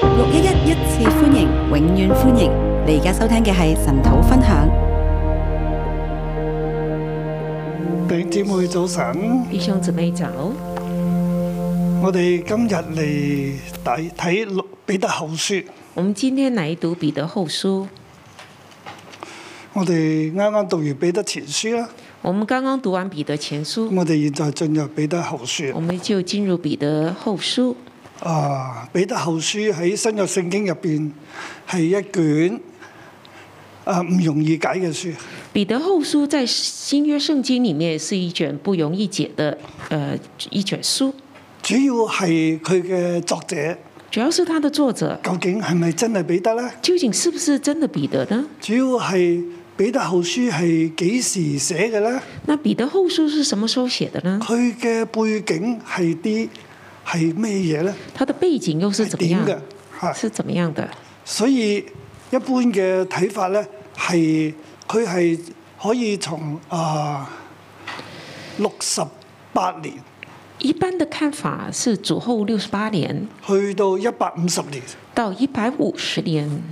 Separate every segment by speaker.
Speaker 1: 六一一一次歡迎，永遠歡迎！你而家收聽嘅係神土分享。
Speaker 2: 弟兄姊妹早晨，
Speaker 3: 弟兄姊妹早，哦
Speaker 2: 我哋今日嚟睇睇六彼得後書。
Speaker 3: 我們今天來讀彼得後書。
Speaker 2: 我哋啱啱讀完彼得前書啦，
Speaker 3: 我們剛剛讀完彼得前書，
Speaker 2: 咁我哋現在進入彼得後
Speaker 3: 我
Speaker 2: 書。
Speaker 3: 們就進入彼得後書。
Speaker 2: 啊，彼得後書喺新約聖經入邊係一卷啊唔容易解嘅書，
Speaker 3: 彼得後書在新約聖經裡面是一卷不容易解的，呃，一卷書。
Speaker 2: 主要係佢嘅作者
Speaker 3: 主要是它的作者
Speaker 2: 究竟係咪真係彼得呢？
Speaker 3: 究竟是不是真的彼得呢？
Speaker 2: 主要係彼得後書係幾時寫嘅呢？
Speaker 3: 那彼得後書是什麼時候寫的呢？
Speaker 2: 佢嘅背景係啲係咩嘢呢？
Speaker 3: 它的背景又是怎麼
Speaker 2: 點嘅
Speaker 3: 樣？
Speaker 2: 嚇？
Speaker 3: 是怎麼樣的？
Speaker 2: 所以一般嘅睇法咧，係佢係可以從啊六十八年
Speaker 3: 一般的看法是主後六十八年
Speaker 2: 去到一百五十年，
Speaker 3: 到一百五十年，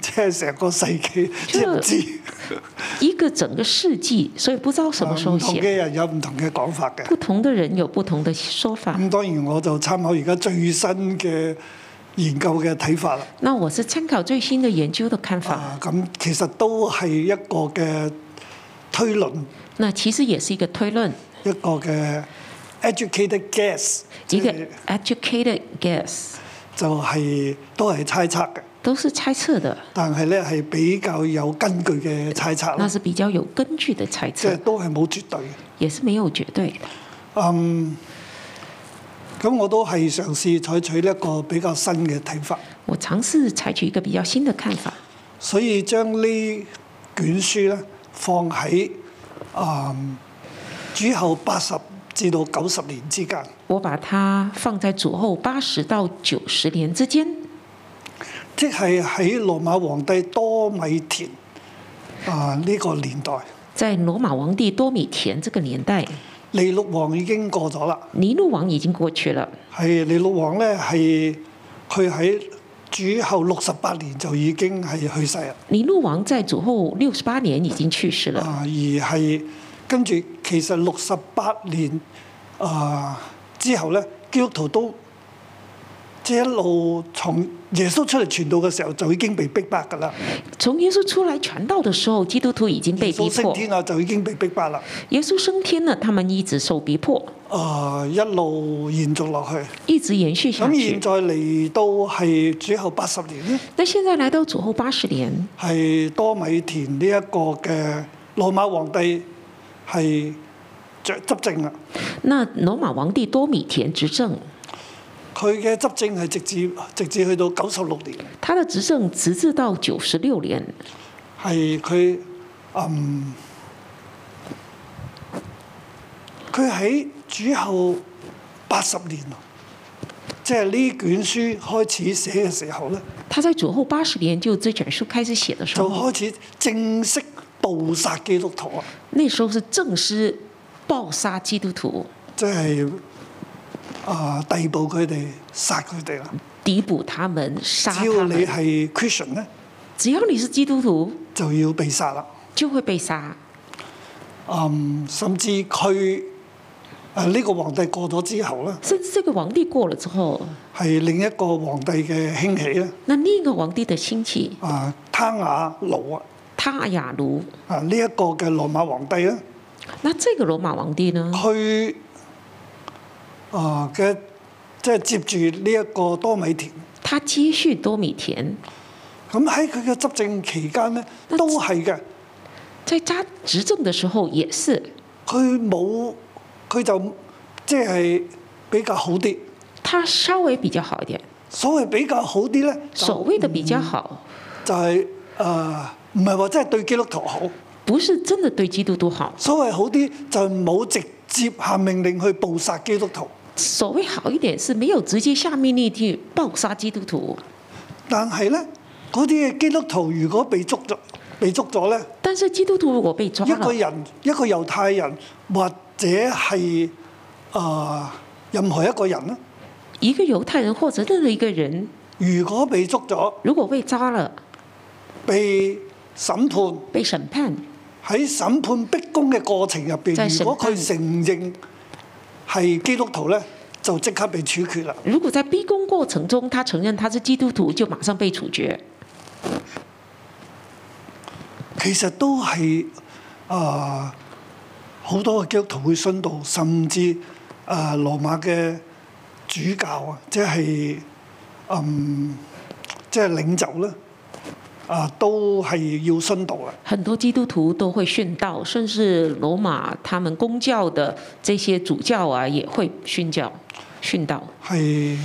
Speaker 2: 即係成個世紀，即係唔知
Speaker 3: 一個整個世紀，所以不知道 什
Speaker 2: 啊
Speaker 3: 麼時
Speaker 2: 唔
Speaker 3: 候
Speaker 2: 同
Speaker 3: 寫。
Speaker 2: 嘅人有唔同嘅講法嘅。
Speaker 3: 不同的人有不同的說法。
Speaker 2: 咁當然我就參考而家最新嘅研究嘅睇法啦。
Speaker 3: 那我是參考最新的研究的看法，
Speaker 2: 啊，咁其實都係一個嘅推論，
Speaker 3: 那其實也是一個推論，
Speaker 2: 一個嘅 educated guess，
Speaker 3: 一
Speaker 2: 即
Speaker 3: 個
Speaker 2: 係
Speaker 3: educated guess，
Speaker 2: 就係、都係猜測嘅。
Speaker 3: 都是猜測的，
Speaker 2: 但係咧係比較有根據嘅猜測
Speaker 3: 那
Speaker 2: 啦，
Speaker 3: 是比較有根據的猜
Speaker 2: 即係
Speaker 3: 測，
Speaker 2: 都係冇絕對嘅。
Speaker 3: 也是沒有絕對的。
Speaker 2: 嗯，咁我都係嘗試採取一個比較新嘅睇法，
Speaker 3: 我嘗試採取一個比較新的看法，
Speaker 2: 所以將呢卷書咧放喺嗯主後八十至到九十年之間。
Speaker 3: 我把它放在主後八十到九十年之間，
Speaker 2: 即係喺羅馬皇帝多米田啊呢、個年代，
Speaker 3: 在羅馬皇帝多米田這個年代，
Speaker 2: 尼祿王已經過咗啦。
Speaker 3: 尼祿王已經過去了。
Speaker 2: 係李六王咧，係佢喺主後六十八年就已經係去世啦。啊
Speaker 3: 尼祿王在主後六十八年已經去世了。
Speaker 2: 啊，而係跟住其實六十八年啊之後咧，基督徒都即係一路從耶穌出嚟傳道嘅時候就已經被逼迫㗎啦。
Speaker 3: 從耶穌出來傳道的時候，基督徒已經
Speaker 2: 耶
Speaker 3: 被逼
Speaker 2: 穌升
Speaker 3: 迫。
Speaker 2: 天啊，就已經被逼迫啦。
Speaker 3: 耶穌升天了，他們一直受逼迫，
Speaker 2: 啊，一路延續落去。
Speaker 3: 一直延續下
Speaker 2: 咁現
Speaker 3: 去。
Speaker 2: 在嚟到係主後八十年咧。
Speaker 3: 那現在來到主後八十年，
Speaker 2: 係多米田呢一個嘅羅馬皇帝係着執政啦。
Speaker 3: 那羅馬皇帝多米田執政，
Speaker 2: 佢嘅執政係直至直至去到九十六年，
Speaker 3: 他的執政直至到九十六年，
Speaker 2: 係佢嗯佢喺主後八十年啊，即係呢卷書開始寫嘅時候咧，
Speaker 3: 他在主後八十年就這卷書開始寫的時
Speaker 2: 就
Speaker 3: 候，
Speaker 2: 開始正式暴殺基督徒啊！
Speaker 3: 那時候是正式暴殺基督徒，
Speaker 2: 即係啊逮捕佢哋，殺佢哋啦。
Speaker 3: 逮捕他們，殺
Speaker 2: 只要
Speaker 3: 他
Speaker 2: 你
Speaker 3: 們。
Speaker 2: 係 Christian 咧，
Speaker 3: 只要你是基督徒，
Speaker 2: 就要被殺啦。
Speaker 3: 就會被殺。
Speaker 2: 嗯，甚至佢誒呢個皇帝過咗之後咧，
Speaker 3: 甚至這個皇帝過了之後，
Speaker 2: 係另一個皇帝嘅興起咧。
Speaker 3: 那另一個皇帝的興起，
Speaker 2: 啊，他雅奴啊，
Speaker 3: 他雅奴。
Speaker 2: 啊呢一個嘅羅馬皇帝咧，
Speaker 3: 那這個羅馬皇帝呢，
Speaker 2: 佢啊嘅即係接住呢一個多米田。
Speaker 3: 他接續多米田，
Speaker 2: 咁喺佢嘅執政期間咧，都係嘅。
Speaker 3: 在他執政的時候也是，
Speaker 2: 佢冇佢就即係比較好啲。
Speaker 3: 他稍微比較好一點。
Speaker 2: 所謂比較好啲咧，就
Speaker 3: 所謂的比較好，
Speaker 2: 就係誒唔係話真係對基督徒好，
Speaker 3: 不是真的對基督徒好。
Speaker 2: 所謂好啲就冇直接下命令去捕殺基督徒，
Speaker 3: 所謂好一點是沒有直接下命令去暴殺基督徒，
Speaker 2: 但係咧嗰啲嘅基督徒如果被捉咗，被捉咗咧，
Speaker 3: 但是基督徒如果被抓
Speaker 2: 一個
Speaker 3: 了，
Speaker 2: 人一個猶太人或者係誒、呃任何一個人咧，
Speaker 3: 一個猶太人或者任何一個人，
Speaker 2: 如果被捉咗，
Speaker 3: 如果被抓了、
Speaker 2: 被審判
Speaker 3: 被審判，
Speaker 2: 喺審判逼供嘅過程入
Speaker 3: 就
Speaker 2: 邊，
Speaker 3: 係
Speaker 2: 如果
Speaker 3: 審判
Speaker 2: 佢承認係基督徒咧，就即刻被處決啦。
Speaker 3: 如果在逼供過程中他承認他是基督徒，就馬上被處決。
Speaker 2: 其實都係啊，好、多嘅基督徒會殉道，甚至啊、羅馬嘅主教啊，即係嗯，即係領袖咧，啊、都係要殉道啦。
Speaker 3: 很多基督徒都會殉道，甚至羅馬他們公教的這些主教啊，也會殉教、殉道。
Speaker 2: 係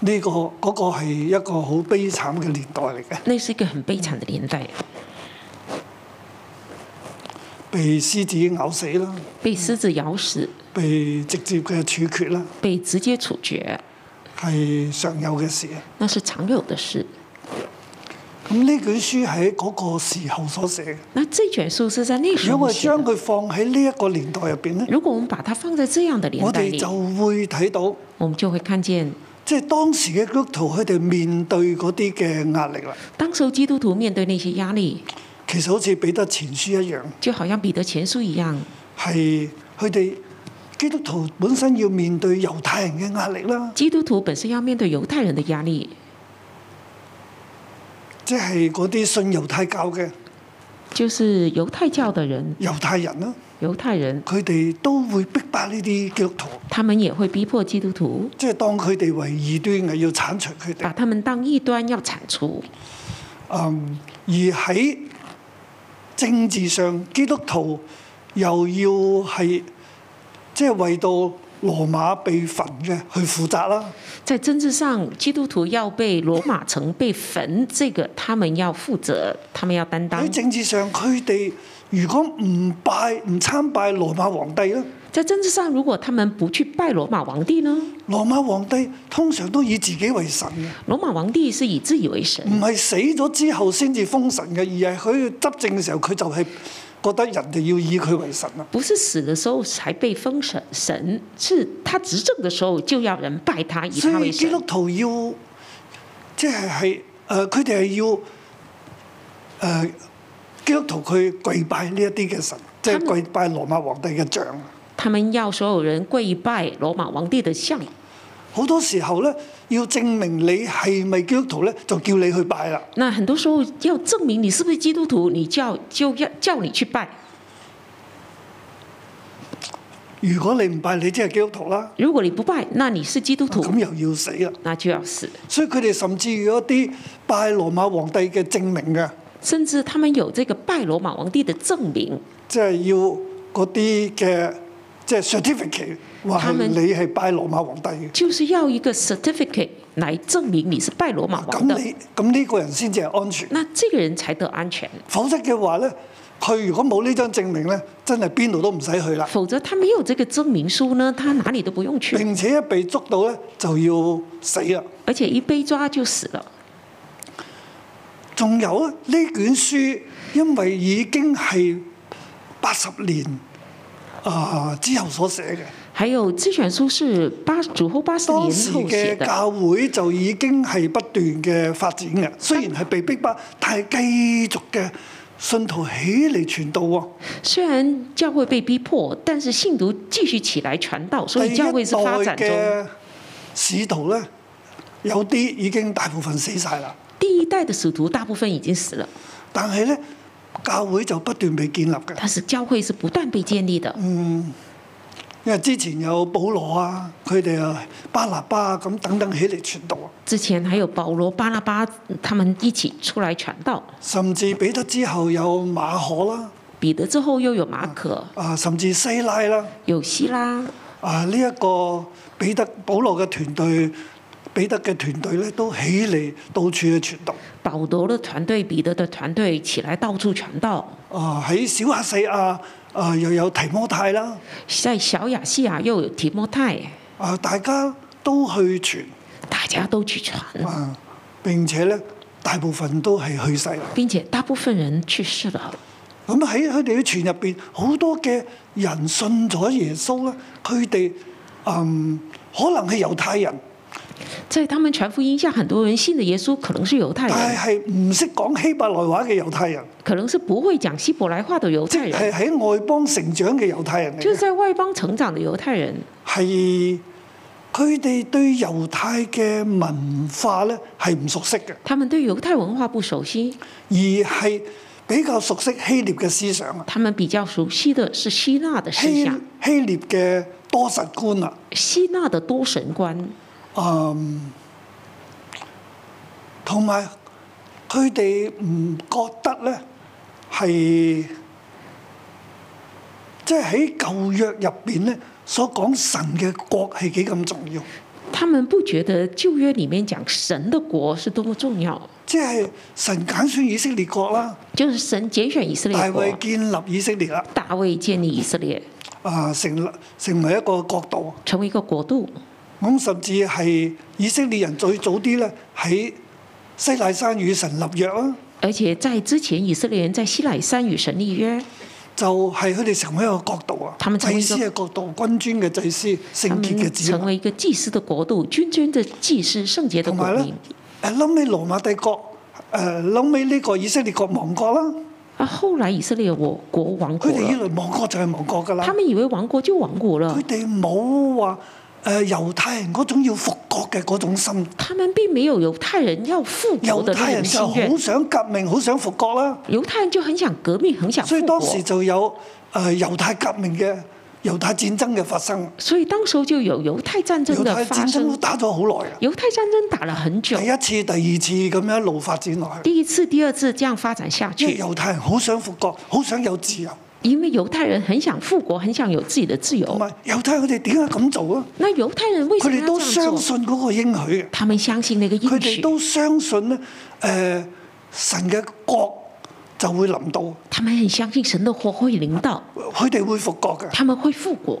Speaker 2: 呢、個嗰、個係一個好悲慘嘅年代嚟嘅，
Speaker 3: 那是一個很悲慘的年代，
Speaker 2: 被獅子咬死啦，
Speaker 3: 被獅子咬死，
Speaker 2: 被直接嘅處決啦，
Speaker 3: 被直接處決，
Speaker 2: 係常有嘅事啊。
Speaker 3: 那是常有的事。
Speaker 2: 咁呢卷書喺嗰個時候所寫嘅。
Speaker 3: 那這卷書是在那時
Speaker 2: 如果
Speaker 3: 候
Speaker 2: 我
Speaker 3: 寫
Speaker 2: 將
Speaker 3: 的。
Speaker 2: 佢放喺呢一個年代入邊咧，
Speaker 3: 如果我們把它放在這樣的
Speaker 2: 我
Speaker 3: 年代
Speaker 2: 哋
Speaker 3: 裏
Speaker 2: 就，會睇到，
Speaker 3: 我們就會看見
Speaker 2: 即係當時嘅基督徒佢哋面對嗰啲嘅壓力啦。
Speaker 3: 當時候基督徒面對那些壓力，
Speaker 2: 其實好似彼得前書一樣，
Speaker 3: 就好像彼得前書一樣，
Speaker 2: 係佢哋基督徒本身要面對猶太人嘅壓力啦，
Speaker 3: 基督徒本身要面對猶太人的壓力，
Speaker 2: 即係嗰啲信猶太教嘅
Speaker 3: 就是猶太教的人、
Speaker 2: 猶太人啦，
Speaker 3: 猶太人，
Speaker 2: 佢哋都會逼迫呢啲基督徒，
Speaker 3: 他們也會逼迫基督徒，
Speaker 2: 即係當佢哋為異端嘅，要剷除佢哋
Speaker 3: 把。他們當異端要鏟除。
Speaker 2: 嗯，而喺政治上，基督徒又要係即係為到羅馬被焚嘅去負責啦。
Speaker 3: 在政治上，基督徒要被羅馬城被焚，這個他們要負責，他們要擔當
Speaker 2: 喺。政治上，佢哋如果唔拜唔參拜羅馬皇帝咧，
Speaker 3: 在政治上，如果他們不去拜羅馬皇帝呢？
Speaker 2: 羅馬皇帝通常都以自己為神嘅，
Speaker 3: 羅馬皇帝是以自以為神，
Speaker 2: 唔係死咗之後先至封神嘅，而係佢執政嘅時候，佢就係覺得人哋要以佢為神啊啦。
Speaker 3: 不是死的時候才被封神，神是他執政的時候就要人拜他，以
Speaker 2: 所
Speaker 3: 他
Speaker 2: 以
Speaker 3: 為
Speaker 2: 基督
Speaker 3: 神。
Speaker 2: 徒要即係係誒，佢哋係要誒、呃基督徒佢跪拜呢一啲嘅神，即
Speaker 3: 他
Speaker 2: 係
Speaker 3: 們
Speaker 2: 跪拜羅馬皇帝嘅像。
Speaker 3: 他們要所有人跪拜羅馬皇帝的像。
Speaker 2: 好多時候咧，要證明你係咪基督徒咧，就叫你去拜啦。
Speaker 3: 那很多時候要證明你是不是基督徒，你叫就要叫你去拜。
Speaker 2: 如果你唔拜，你即係基督徒啦，
Speaker 3: 如果你不拜，那你是基督徒，
Speaker 2: 啊咁又要死啦。
Speaker 3: 那就要死。
Speaker 2: 所以佢哋甚至要一啲拜羅馬皇帝嘅證明嘅，
Speaker 3: 甚至他們有這個拜羅馬皇帝的證明，
Speaker 2: 即係要嗰啲嘅即係 certificate 話
Speaker 3: 他
Speaker 2: 係
Speaker 3: 們
Speaker 2: 你係拜羅馬皇帝嘅。
Speaker 3: 就是要一個 certificate 來證明你是拜羅馬
Speaker 2: 啊咁
Speaker 3: 皇的。
Speaker 2: 你咁呢個人先至係安全，
Speaker 3: 那這個人才得安全，
Speaker 2: 否則嘅話咧，佢如果冇呢張證明咧，真係邊度都唔使去啦。
Speaker 3: 否則他沒有這個證明書呢，他哪裡都不用去，
Speaker 2: 並且一被捉到咧，就要死啦。
Speaker 3: 而且一被抓就死了。
Speaker 2: 仲有啊，呢卷書因為已經係八十年啊、之後所寫嘅，
Speaker 3: 還有這卷書是八主後八十年
Speaker 2: 當時
Speaker 3: 後寫
Speaker 2: 嘅
Speaker 3: 的，
Speaker 2: 教會就已經係不斷嘅發展嘅。雖然係被逼迫，但係繼續嘅信徒起嚟傳道喎。
Speaker 3: 雖然教會被逼迫，但是信徒繼續起來傳道，所以教會是發展
Speaker 2: 第一
Speaker 3: 中。
Speaker 2: 代嘅使徒咧，有啲已經大部分死晒啦，
Speaker 3: 第一代的使徒大部分已經死了，
Speaker 2: 但係咧教會就不斷被建立嘅，
Speaker 3: 但是教會是不斷被建立的。
Speaker 2: 因為之前有保羅啊，佢哋啊巴拿巴啊咁等等起嚟傳道啊，
Speaker 3: 之前還有保羅、巴拉巴他們一起出來傳道，
Speaker 2: 甚至彼得之後有馬可啦，
Speaker 3: 彼得之後又有馬可，
Speaker 2: 啊甚至西拉啦，
Speaker 3: 有希拉，
Speaker 2: 啊呢一、個彼得保羅嘅團隊。彼得嘅團隊咧都起嚟到處去傳道，
Speaker 3: 保羅的團隊、彼得的團隊起來到處傳道，
Speaker 2: 啊喺小亞細亞啊又有提摩太啦，
Speaker 3: 在小亞細亞又有提摩太，
Speaker 2: 啊大家都去傳，
Speaker 3: 大家都去傳，
Speaker 2: 啊，並且咧大部分都係去世啦。
Speaker 3: 並且大部分人去世了。
Speaker 2: 咁喺佢哋嘅傳入邊，好多嘅人信咗耶穌咧，佢哋嗯可能係猶太人，
Speaker 3: 在他们传福音下，很多人信的耶穌可能是猶太
Speaker 2: 但
Speaker 3: 人，
Speaker 2: 係係唔識講希伯來話嘅猶太人，
Speaker 3: 可能是不會講希伯來話的猶
Speaker 2: 即
Speaker 3: 太
Speaker 2: 係
Speaker 3: 人，
Speaker 2: 喺外邦成長嘅猶太人嚟
Speaker 3: 就是
Speaker 2: 嘅，
Speaker 3: 在外邦成長的猶太人，
Speaker 2: 係佢哋對猶太嘅文化咧係唔熟悉嘅，
Speaker 3: 他們對猶太文化不熟悉，
Speaker 2: 而係比較熟悉希臘嘅思想啊，
Speaker 3: 他們比較熟悉的是希臘的思
Speaker 2: 希
Speaker 3: 想，
Speaker 2: 希臘嘅多神觀啊，
Speaker 3: 希臘的多神觀，
Speaker 2: 嗯，同埋佢哋唔覺得咧係，即係喺舊約入邊咧所講神嘅國係幾咁重要，
Speaker 3: 他們不覺得舊約裡面講神的國是多麼重要，
Speaker 2: 即係神揀選以色列國啦，
Speaker 3: 就是神揀選以色
Speaker 2: 大
Speaker 3: 列國，
Speaker 2: 衛建立以色列啦，
Speaker 3: 大衛建立以色列
Speaker 2: 啊、成立成為一個國度，
Speaker 3: 成為一個國度，
Speaker 2: 咁甚至係以色列人最早啲咧喺西乃山與神立約啦。
Speaker 3: 而且在之前以色列人在西乃山與神立約。
Speaker 2: 就係佢哋成為一個國度啊
Speaker 3: 他，們成為
Speaker 2: 祭
Speaker 3: 一個
Speaker 2: 司嘅國度，君尊嘅祭司，聖
Speaker 3: 他
Speaker 2: 潔嘅
Speaker 3: 们
Speaker 2: 子啊
Speaker 3: 成
Speaker 2: 民，
Speaker 3: 为一个祭司的国度，君尊的祭司，圣洁的
Speaker 2: 同
Speaker 3: 国
Speaker 2: 埋咧
Speaker 3: 民。，
Speaker 2: 誒後尾羅馬帝國，誒後尾呢個以色列國亡國啦，
Speaker 3: 啊，后来以色列我国亡
Speaker 2: 佢
Speaker 3: 国
Speaker 2: 哋以
Speaker 3: 了，
Speaker 2: 為亡國就係亡國㗎
Speaker 3: 他
Speaker 2: 啦，
Speaker 3: 们以为亡国就亡国了
Speaker 2: 佢，哋冇話誒猶太人嗰種要復國嘅嗰種心，
Speaker 3: 他们并没有犹太人要复国
Speaker 2: 猶
Speaker 3: 的
Speaker 2: 太
Speaker 3: 那
Speaker 2: 人
Speaker 3: 种
Speaker 2: 就
Speaker 3: 心愿
Speaker 2: 好，想革命，好想復國啦，
Speaker 3: 犹太人就很想革命，很想
Speaker 2: 所以
Speaker 3: 复
Speaker 2: 當
Speaker 3: 国
Speaker 2: 時。就有誒猶太革命嘅猶太戰爭嘅發生，
Speaker 3: 所以当时候就有犹太戰爭
Speaker 2: 猶
Speaker 3: 的
Speaker 2: 太哎
Speaker 3: 發
Speaker 2: 戰爭都
Speaker 3: 生，
Speaker 2: 打咗好耐啊，
Speaker 3: 猶太戰爭打了很久
Speaker 2: 第，一次、第二次咁樣一路發展落去。
Speaker 3: 第一次、第二次這樣發展下
Speaker 2: 因為
Speaker 3: 去，
Speaker 2: 猶太人好想復國，好想有自由，
Speaker 3: 因為猶太人很想復國，很想有自己的自
Speaker 2: 同
Speaker 3: 由。
Speaker 2: 埋猶太人佢哋點解咁做啊？
Speaker 3: 那猶太人為
Speaker 2: 佢
Speaker 3: 什麼
Speaker 2: 哋
Speaker 3: 要
Speaker 2: 都
Speaker 3: 這樣
Speaker 2: 相
Speaker 3: 做？
Speaker 2: 信嗰個應許嘅，
Speaker 3: 他們相信那個
Speaker 2: 佢
Speaker 3: 應
Speaker 2: 哋
Speaker 3: 許。
Speaker 2: 都相信咧，誒、神嘅國就會臨到，
Speaker 3: 他们很相信神的火会临到，
Speaker 2: 佢哋會復國嘅。
Speaker 3: 他们会复國。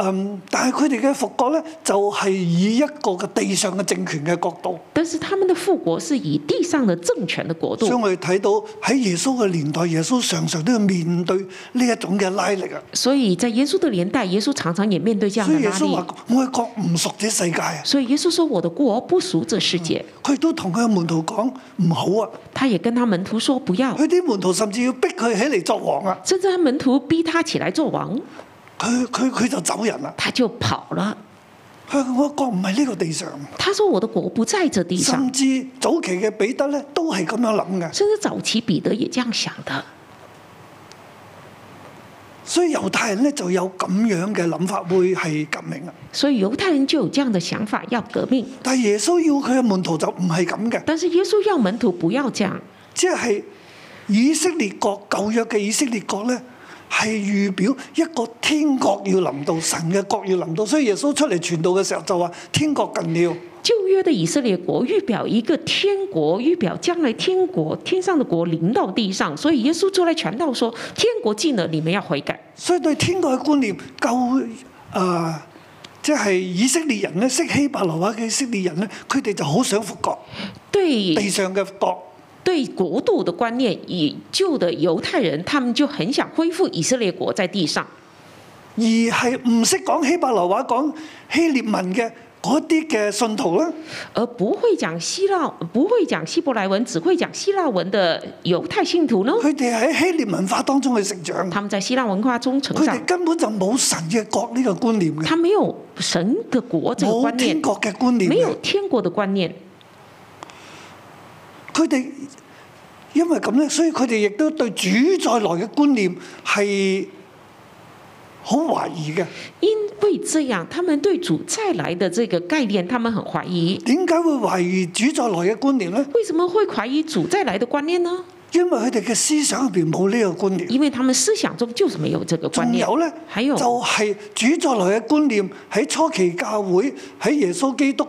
Speaker 2: 嗯，但係佢哋嘅復國咧，就係、以一個嘅地上嘅政權嘅角度，
Speaker 3: 但是他们的复國是以地上的政權的國
Speaker 2: 所以
Speaker 3: 度，
Speaker 2: 我哋睇到喺耶穌嘅年代，耶穌常常都要面對呢一種嘅拉力啊。
Speaker 3: 所以在耶穌的年代，耶穌常常也面對這樣
Speaker 2: 所
Speaker 3: 的
Speaker 2: 以耶
Speaker 3: 拉
Speaker 2: 穌
Speaker 3: 力
Speaker 2: 話。：我嘅國唔屬這世界啊！
Speaker 3: 所以耶穌說：“我的國不屬這世界。
Speaker 2: 佢都同佢嘅門徒講唔好啊。”
Speaker 3: 他也跟他門徒說：“不要。
Speaker 2: 佢啲門徒甚至要逼佢起嚟作王啊！”
Speaker 3: 甚至他門徒逼他起來做王，
Speaker 2: 佢佢佢就走人啦。
Speaker 3: 他就跑了。
Speaker 2: 佢話我國唔係呢個地上，
Speaker 3: 他說：“我的國不在這地上
Speaker 2: 甚。至早期嘅彼得咧都係咁樣諗”嘅。
Speaker 3: 甚至早期彼得也這樣想的，
Speaker 2: 所以猶太人咧就有咁樣嘅諗法，會係革命啊！
Speaker 3: 所以猶太人就有這樣的想法要革命。
Speaker 2: 但係耶穌要佢嘅門徒就唔係咁嘅，
Speaker 3: 但是耶穌要門徒不要這樣，
Speaker 2: 即係以色列國舊約嘅以色列國咧。係預表一個天國要臨到，神嘅國要臨到，所以耶穌出嚟傳道嘅時候就話：天國近了，
Speaker 3: 旧约的以色列国预表一个天国，预表将来天国天上的国临到地上，所以耶稣出来传道说：天国近了，你们要悔改。
Speaker 2: 所以對天國嘅觀念夠啊、呃即係以色列人咧，識希伯來話嘅以色列人咧，佢哋就好想復國，地
Speaker 3: 对
Speaker 2: 上嘅國。
Speaker 3: 对，国度的观念，以旧的犹太人他们就很想恢复以色列国在地上，
Speaker 2: 而係唔識講希伯來話、講希臘文嘅嗰啲嘅信徒啦，
Speaker 3: 而不会讲希腊，不会讲希伯来文，只会讲希腊文的犹太信徒呢，
Speaker 2: 佢哋喺希臘文化當中去成長，
Speaker 3: 他们在希腊文化中成
Speaker 2: 佢
Speaker 3: 长
Speaker 2: 哋，根本就冇神嘅國呢個觀念嘅，
Speaker 3: 他没有神的国这个
Speaker 2: 冇
Speaker 3: 观
Speaker 2: 天
Speaker 3: 念，
Speaker 2: 國嘅觀念
Speaker 3: 没有
Speaker 2: 嘅，
Speaker 3: 天国的观念。
Speaker 2: 佢哋因為咁咧，所以佢哋亦都對主再來嘅觀念係好懷疑嘅。
Speaker 3: 因为这样，他们对主再来的这个概念，他们很怀疑。
Speaker 2: 點解會懷疑主再來嘅觀念呢？
Speaker 3: 为什么會懷疑主再來的觀念呢？
Speaker 2: 因為佢哋嘅思想入邊冇呢個觀念。
Speaker 3: 因為他們思想中就是沒有這個觀
Speaker 2: 仲
Speaker 3: 念。
Speaker 2: 有呢，
Speaker 3: 還
Speaker 2: 就
Speaker 3: 有
Speaker 2: 係主再來嘅觀念喺初期教會喺耶穌基督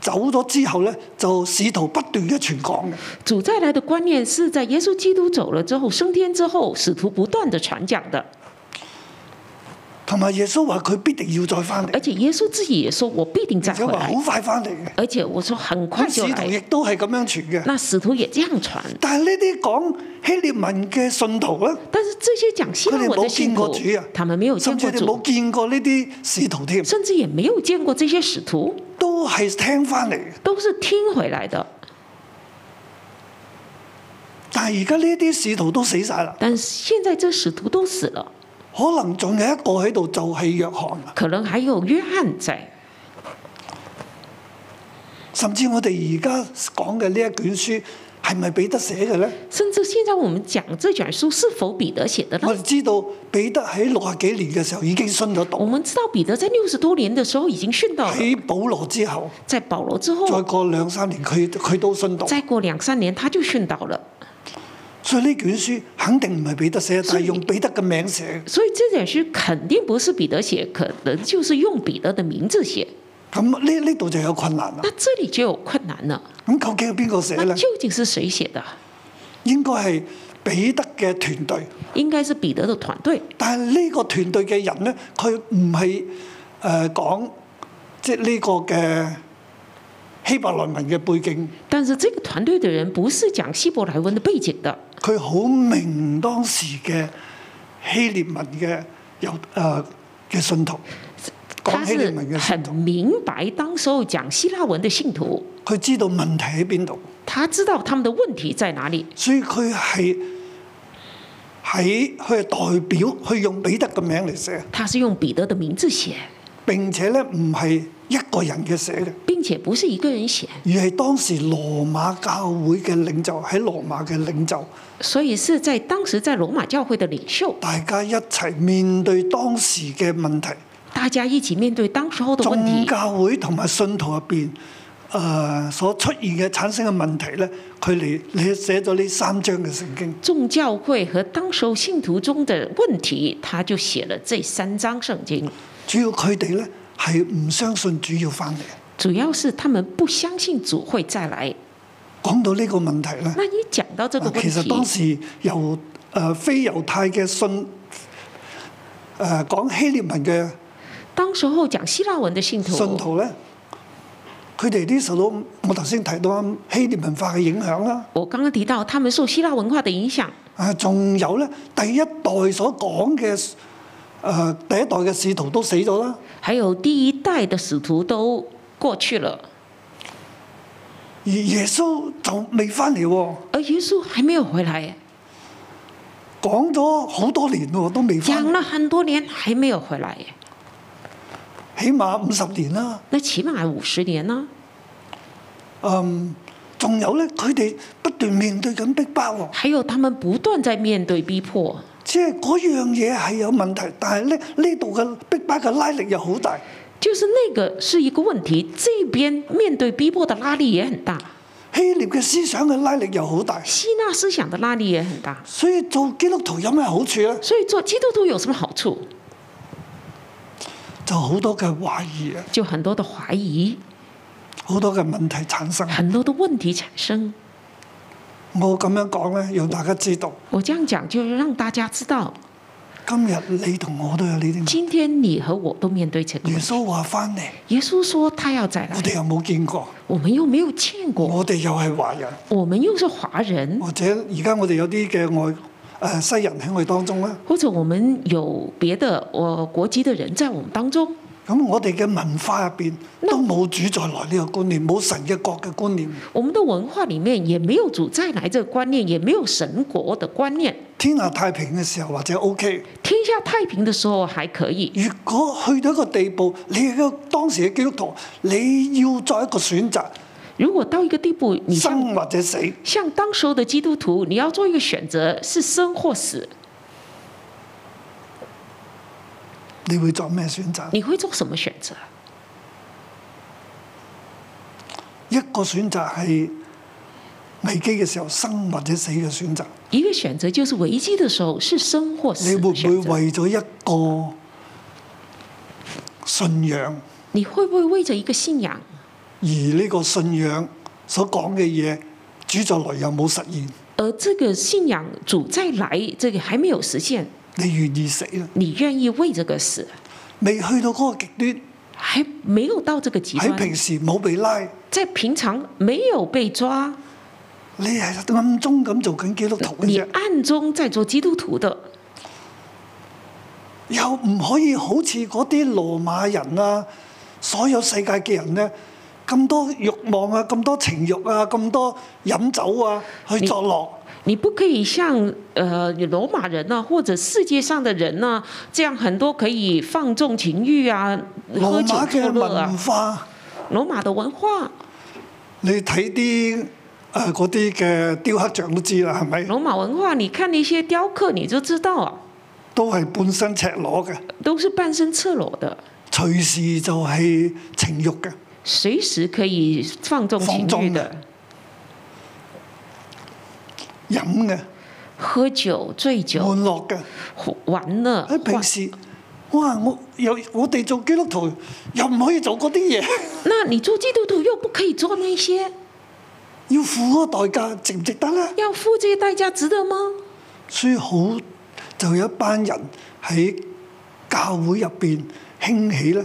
Speaker 2: 走咗之後呢，就試圖不斷嘅傳講嘅。
Speaker 3: 主再來的觀念是在耶穌基督走了之後，升天之後，使徒不斷的傳講的。
Speaker 2: 同埋耶穌話佢必定要再翻嚟
Speaker 3: 而，且耶穌自己也說：“我必定再
Speaker 2: 而且
Speaker 3: 回
Speaker 2: 話
Speaker 3: 來
Speaker 2: 好。快翻嚟嘅”。
Speaker 3: 而且我說很快
Speaker 2: 咁
Speaker 3: 就
Speaker 2: 使徒亦
Speaker 3: 來。
Speaker 2: 都係咁樣傳嘅。
Speaker 3: 那使徒也這樣傳，
Speaker 2: 但係呢啲講希臘文嘅信徒呢，
Speaker 3: 但是這些講希臘文的
Speaker 2: 他
Speaker 3: 信徒
Speaker 2: 們沒有見過主啊，
Speaker 3: 他們沒有
Speaker 2: 甚
Speaker 3: 見
Speaker 2: 至
Speaker 3: 過
Speaker 2: 佢哋冇
Speaker 3: 主，
Speaker 2: 見過呢啲使徒添，
Speaker 3: 甚至也沒有見過這些使徒，
Speaker 2: 都都係聽翻嚟嘅。
Speaker 3: 都是听回来的。
Speaker 2: 但係而家呢啲使徒都死晒啦，
Speaker 3: 但是现在这使徒都死了，
Speaker 2: 可能仲有一個喺度就係約翰啊啦。
Speaker 3: 可能还有约翰在，
Speaker 2: 甚至我哋而家講嘅呢一卷書係咪彼得寫嘅呢？
Speaker 3: 甚至现在我们讲这卷书是否彼得写的呢
Speaker 2: 我？哋知道彼得喺六十幾年嘅時候已經殉咗
Speaker 3: 我
Speaker 2: 道，
Speaker 3: 们知道彼得在六十多年的时候已经殉道了，
Speaker 2: 喺保羅之後，
Speaker 3: 在保罗之
Speaker 2: 再
Speaker 3: 后，
Speaker 2: 過兩三年佢佢都殉道，
Speaker 3: 再过两三年他就殉道了。
Speaker 2: 所以呢卷書肯定唔係彼得寫，但
Speaker 3: 所
Speaker 2: 係
Speaker 3: 以
Speaker 2: 用彼得嘅名寫。
Speaker 3: 所以这卷书肯定不是彼得写，可能就是用彼得的名字写。
Speaker 2: 咁呢呢度就有困難啦。
Speaker 3: 那这里就有困难了，
Speaker 2: 咁究竟係邊個寫
Speaker 3: 那
Speaker 2: 呢？
Speaker 3: 究竟是谁写的？
Speaker 2: 應該係彼得嘅團隊，
Speaker 3: 应该是彼得的团队，
Speaker 2: 但係呢個團隊嘅人呢，佢唔係誒講即係呢個嘅希伯來文嘅背景，
Speaker 3: 但是这个团队的人不是讲希伯来文的背景的，
Speaker 2: 佢好明當時嘅希臘文嘅有誒嘅信徒，
Speaker 3: 他
Speaker 2: 講希
Speaker 3: 是
Speaker 2: 臘文嘅信
Speaker 3: 很
Speaker 2: 徒，
Speaker 3: 明白当时候讲希腊文的信徒，
Speaker 2: 佢知道問題喺邊度，
Speaker 3: 他知道他们的问题在哪里，
Speaker 2: 所以佢係喺佢係代表去用彼得嘅名嚟寫，
Speaker 3: 他是用彼得的名字写，
Speaker 2: 並且呢唔係一個人嘅寫嘅。
Speaker 3: 并且不是一个人写，
Speaker 2: 而係當時羅馬教會嘅領袖喺羅馬嘅領袖，
Speaker 3: 所以是在当时在罗马教会的领袖，
Speaker 2: 大家一齊面對當時嘅問題，
Speaker 3: 大家一起面对当时候的问
Speaker 2: 眾
Speaker 3: 题。
Speaker 2: 教會同埋信徒入邊，誒、呃所出現嘅產生嘅問題咧，佢嚟你寫咗呢三章嘅聖經，
Speaker 3: 众教会和当时候信徒中的问题，他就写了这三章圣经，
Speaker 2: 主要佢哋咧係唔相信主要翻嚟。
Speaker 3: 主要是他们不相信主会再来。
Speaker 2: 講到呢個問題咧，
Speaker 3: 那你讲到这个问
Speaker 2: 啊其實當
Speaker 3: 题，
Speaker 2: 時由誒、呃非猶太嘅信誒、講希臘文嘅。
Speaker 3: 当时候讲希腊文的信徒，
Speaker 2: 信徒咧，佢哋啲受到我頭先提到啊希臘文化嘅影響啦，
Speaker 3: 我刚刚提到他们受希腊文化的影响，
Speaker 2: 啊，仲有咧第一代所講嘅誒第一代嘅使徒都死咗啦，
Speaker 3: 还有第一代的使徒都过去了，
Speaker 2: 而耶穌就未翻嚟喎，
Speaker 3: 而耶稣还没有回来，
Speaker 2: 講咗好多年喎都未翻
Speaker 3: 讲，了很多年还没有回来，
Speaker 2: 起碼五十年啦。
Speaker 3: 那起码五十年呢、
Speaker 2: 仲有咧，佢哋不斷面對緊逼迫喎，
Speaker 3: 还有他们不断在面对逼迫，
Speaker 2: 即係嗰樣嘢係有問題，但係咧呢度嘅逼迫嘅拉力又好大。
Speaker 3: 就是那个是一个问题，这边面对逼迫的拉力也很大，
Speaker 2: 希臘嘅思想嘅拉力又好大，
Speaker 3: 希腊思想的拉力也很大，
Speaker 2: 所以做基督徒有咩好處咧？
Speaker 3: 所以做基督徒有什么好处？
Speaker 2: 就好多嘅懷疑啊，
Speaker 3: 就很多的怀疑，
Speaker 2: 好多嘅問題產生。
Speaker 3: 很多的问题产生。
Speaker 2: 我咁樣講咧，讓大家知道，
Speaker 3: 我这样讲，就是让大家知道，
Speaker 2: 今日你同我都有呢啲問題。
Speaker 3: 今天你和我都面对这个
Speaker 2: 耶
Speaker 3: 问题。
Speaker 2: 穌話翻嚟，
Speaker 3: 耶稣说他要再
Speaker 2: 我
Speaker 3: 来，
Speaker 2: 哋又冇見過，
Speaker 3: 我们又没有见过，
Speaker 2: 我哋又係華人，
Speaker 3: 我们又是华人，
Speaker 2: 或者而家我哋有啲嘅外誒、呃西人喺我哋當中啦。
Speaker 3: 或者我们有别的呃国籍的人在我们当中，
Speaker 2: 咁我哋嘅文化入邊都冇主再來呢個觀念，冇神嘅國嘅觀念，
Speaker 3: 我们的文化里面也没有主再来这个观念，也没有神国的观念。
Speaker 2: 天下太平嘅時候或者 O K。
Speaker 3: 天下太平的时候还可以，
Speaker 2: 如果去到一個地步，你嘅當時嘅基督徒，你要作一個選擇，
Speaker 3: 如果到一个地步，你像
Speaker 2: 生或者死。
Speaker 3: 像当时候的基督徒，你要做一个选择，是生或死，
Speaker 2: 你會作咩選擇？
Speaker 3: 你会做什么选择？
Speaker 2: 一個選擇係危機嘅時候生或者死嘅選擇。
Speaker 3: 一个选择就是危机的时候是生或死
Speaker 2: 你會
Speaker 3: 的
Speaker 2: 唔會
Speaker 3: 选择。
Speaker 2: 為咗一個信仰
Speaker 3: 你会不会为着一个信仰，
Speaker 2: 而呢個信仰所講嘅嘢，主再來又冇實現，
Speaker 3: 而这个信仰主再来，这个还没有实现，
Speaker 2: 你願意死啦？
Speaker 3: 你愿意为这个死？
Speaker 2: 未去到嗰個極端，
Speaker 3: 还没有到这个极
Speaker 2: 喺
Speaker 3: 端，
Speaker 2: 平時冇被拉，
Speaker 3: 在平常没有被抓，
Speaker 2: 你係暗中咁做緊基督徒嘅
Speaker 3: 你
Speaker 2: 啫，
Speaker 3: 暗中在做基督徒的，
Speaker 2: 又唔可以好似嗰啲羅馬人啊，所有世界嘅人呢，咁多慾望啊，咁多情慾啊，咁多飲酒啊，去作樂。
Speaker 3: 你不可以像呃罗马人呐、或者世界上的人呐、这样很多可以放纵情欲啊、喝
Speaker 2: 羅
Speaker 3: 酒
Speaker 2: 馬嘅
Speaker 3: 作乐
Speaker 2: 文
Speaker 3: 啊。
Speaker 2: 化，
Speaker 3: 罗马的文化，
Speaker 2: 你睇啲誒嗰啲嘅雕刻像都知啦，係咪？
Speaker 3: 罗马文化，你看那些雕刻你就知道啊，
Speaker 2: 都係半身赤裸嘅，
Speaker 3: 都是半身赤裸的，
Speaker 2: 隨時就係情慾嘅。
Speaker 3: 随时可以放纵情
Speaker 2: 放
Speaker 3: 欲
Speaker 2: 纵
Speaker 3: 的
Speaker 2: 的，飲嘅、
Speaker 3: 喝酒、醉酒、
Speaker 2: 玩樂嘅，
Speaker 3: 玩乐。
Speaker 2: 喺平
Speaker 3: 玩
Speaker 2: 時，哇！我又我哋做基督徒又唔可以做嗰啲嘢，
Speaker 3: 那你做基督徒又不可以做那些，
Speaker 2: 要付嗰個代價，值唔值得咧？
Speaker 3: 要付这些代价，值得吗？
Speaker 2: 所以好就有一班人喺教會入邊興起咧，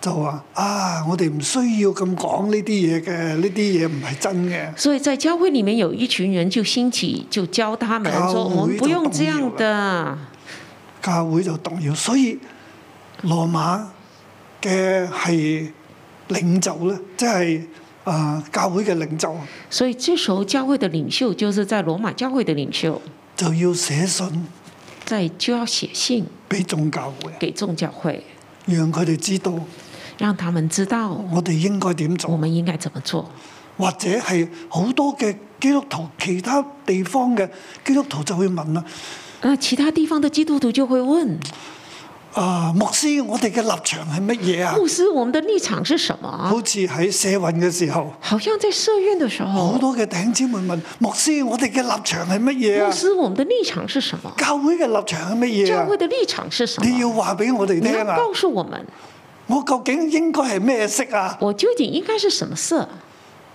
Speaker 2: 就話啊，我哋唔需要咁講呢啲嘢嘅，呢啲嘢唔係真嘅。
Speaker 3: 所以在教会里面有一群人就兴起，就教他们
Speaker 2: 教会
Speaker 3: 说，我们不用
Speaker 2: 就动
Speaker 3: 这
Speaker 2: 摇
Speaker 3: 样的。
Speaker 2: 教會就動搖，所以羅馬嘅係領袖咧，即係啊教會嘅領袖啊
Speaker 3: 所以这时候教会的领袖就是在罗马教会的领袖，
Speaker 2: 就要寫信
Speaker 3: 在就要写信
Speaker 2: 俾眾教會，
Speaker 3: 给众教会，
Speaker 2: 讓佢哋知道
Speaker 3: 让他们知道
Speaker 2: 我哋應該點
Speaker 3: 我
Speaker 2: 做，
Speaker 3: 们应该怎么做。
Speaker 2: 或者係好多嘅基督徒其他地方嘅基督徒就會問啦：
Speaker 3: 那其他地方的基督徒就会问
Speaker 2: 啊，牧師，我哋嘅立場係乜嘢啊？
Speaker 3: 牧师，我们的立场是什么？
Speaker 2: 好似喺社運嘅時候，
Speaker 3: 好像在社运的时
Speaker 2: 好
Speaker 3: 候，
Speaker 2: 多嘅弟兄姊妹問牧師，我哋嘅立場係乜嘢
Speaker 3: 牧
Speaker 2: 啊？
Speaker 3: 师，我们的立场是什么？
Speaker 2: 教會嘅立場係乜嘢
Speaker 3: 教
Speaker 2: 啊
Speaker 3: 会？的立场是什
Speaker 2: 你要
Speaker 3: 么？
Speaker 2: 話俾我哋
Speaker 3: 你
Speaker 2: 聽
Speaker 3: 要
Speaker 2: 啊！
Speaker 3: 告诉我们，
Speaker 2: 我究竟應該係咩色啊？
Speaker 3: 我究竟应该是什么色？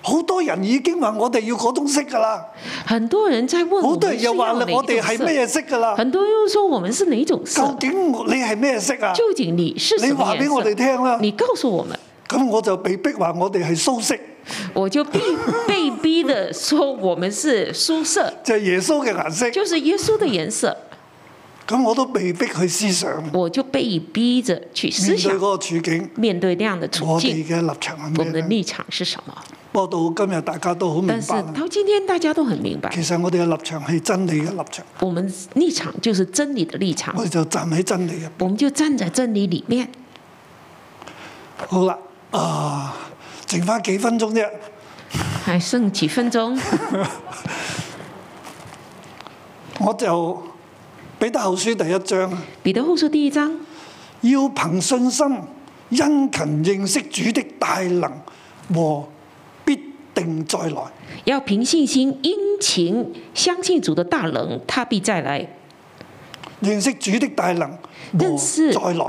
Speaker 2: 好多人已經話我哋要嗰種色㗎啦，
Speaker 3: 很多人在问
Speaker 2: 好
Speaker 3: 我
Speaker 2: 多
Speaker 3: 们
Speaker 2: 人
Speaker 3: 是要
Speaker 2: 又話
Speaker 3: 哪一
Speaker 2: 我哋
Speaker 3: 种
Speaker 2: 係
Speaker 3: 色，
Speaker 2: 咩啊色㗎啦。
Speaker 3: 很多人又说我们是哪一种
Speaker 2: 究
Speaker 3: 色？
Speaker 2: 竟我你係咩色啊？
Speaker 3: 究竟你是
Speaker 2: 你
Speaker 3: 什
Speaker 2: 話
Speaker 3: 么
Speaker 2: 俾我哋啊
Speaker 3: 颜色？
Speaker 2: 聽啦。
Speaker 3: 你告訴我們，
Speaker 2: 咁我就被逼話我哋係蘇色，
Speaker 3: 我 就被被逼的说我们是肤色，
Speaker 2: 就係耶穌嘅顏色。
Speaker 3: 就是耶穌的颜色，
Speaker 2: 咁我都被逼去思想，面
Speaker 3: 我就被逼着去思
Speaker 2: 對
Speaker 3: 想
Speaker 2: 嗰，個處境，
Speaker 3: 面對那样的處
Speaker 2: 我哋
Speaker 3: 境，
Speaker 2: 嘅立場係
Speaker 3: 我們的
Speaker 2: 咩呢？
Speaker 3: 立場是什么？
Speaker 2: 不過到今日大家都好明
Speaker 3: 但是
Speaker 2: 白啦。
Speaker 3: 到今天大家都很明白
Speaker 2: 其，實我哋嘅立場係真理嘅立場，
Speaker 3: 我們立場就是真理的立場
Speaker 2: 我，哋就站喺真理入。
Speaker 3: 我們就站在真理里面。
Speaker 2: 好啦，啊、剩翻幾分鐘啫。
Speaker 3: 還哎剩幾 分鐘，
Speaker 2: 我就彼得後書第一章，
Speaker 3: 彼得後書第一章，
Speaker 2: 要憑信心殷勤認識主的大能和必定再來。
Speaker 3: 要憑信心、殷勤相信主的大能，他必再來。
Speaker 2: 認識主的大能
Speaker 3: 認識
Speaker 2: 和再來，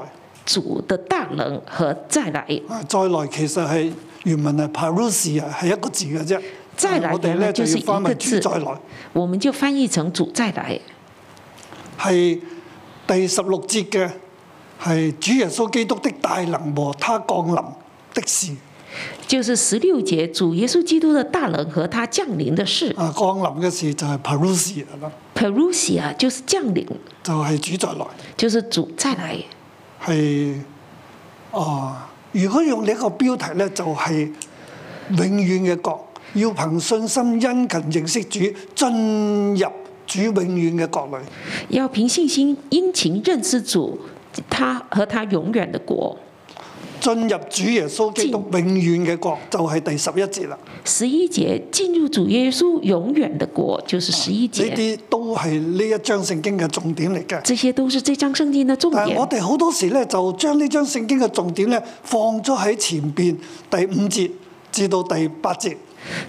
Speaker 3: 主的大能和再來。
Speaker 2: 啊再來其實係原文係 parousia 係一個字嘅啫。
Speaker 3: 再來
Speaker 2: 我哋
Speaker 3: 原來
Speaker 2: 咧
Speaker 3: 就
Speaker 2: 就是要翻為
Speaker 3: 一個字
Speaker 2: 主再來，
Speaker 3: 我們就翻譯成主再來。
Speaker 2: 係第十六節嘅係主耶穌基督的大能和他降臨的事。
Speaker 3: 就是十六節，主耶穌基督的大能和他降臨的事。
Speaker 2: 啊，降臨嘅事就係 parousia 啦，
Speaker 3: Perusia 就是降臨，
Speaker 2: 就係主再來。
Speaker 3: 就是主再來。
Speaker 2: 係啊、如果用呢一個標題咧，就係、永遠嘅國，要憑信心殷勤認識主，進入主永遠嘅國裏。
Speaker 3: 要憑信心、殷勤認識主，他和他永遠的國。
Speaker 2: 進入主耶穌基督永遠嘅國，就係、第十一節啦。
Speaker 3: 十一節進入主耶穌永遠的國，就是十一
Speaker 2: 呢
Speaker 3: 節。
Speaker 2: 啲都係呢一章聖經嘅重點嚟嘅。
Speaker 3: 這些都是這章聖經的重
Speaker 2: 但係我
Speaker 3: 點。
Speaker 2: 哋好多時咧，就將呢章聖經嘅重點咧放咗喺前邊第五節至到第八節。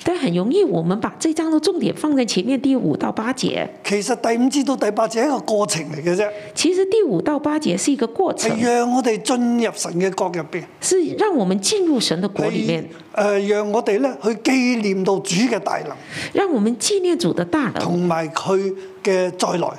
Speaker 3: 但很容易，我們把這章的重點放在前面第五到八節。
Speaker 2: 其實第五至到第八節係一個過程嚟嘅啫。
Speaker 3: 其實第五到八節是一個過程
Speaker 2: 係，讓我哋進入神嘅國入邊，
Speaker 3: 是讓我們進入神的國裡
Speaker 2: 係
Speaker 3: 面，
Speaker 2: 誒讓我哋咧去紀念到主嘅大能，
Speaker 3: 讓我們紀念主的大能
Speaker 2: 同埋佢嘅再來。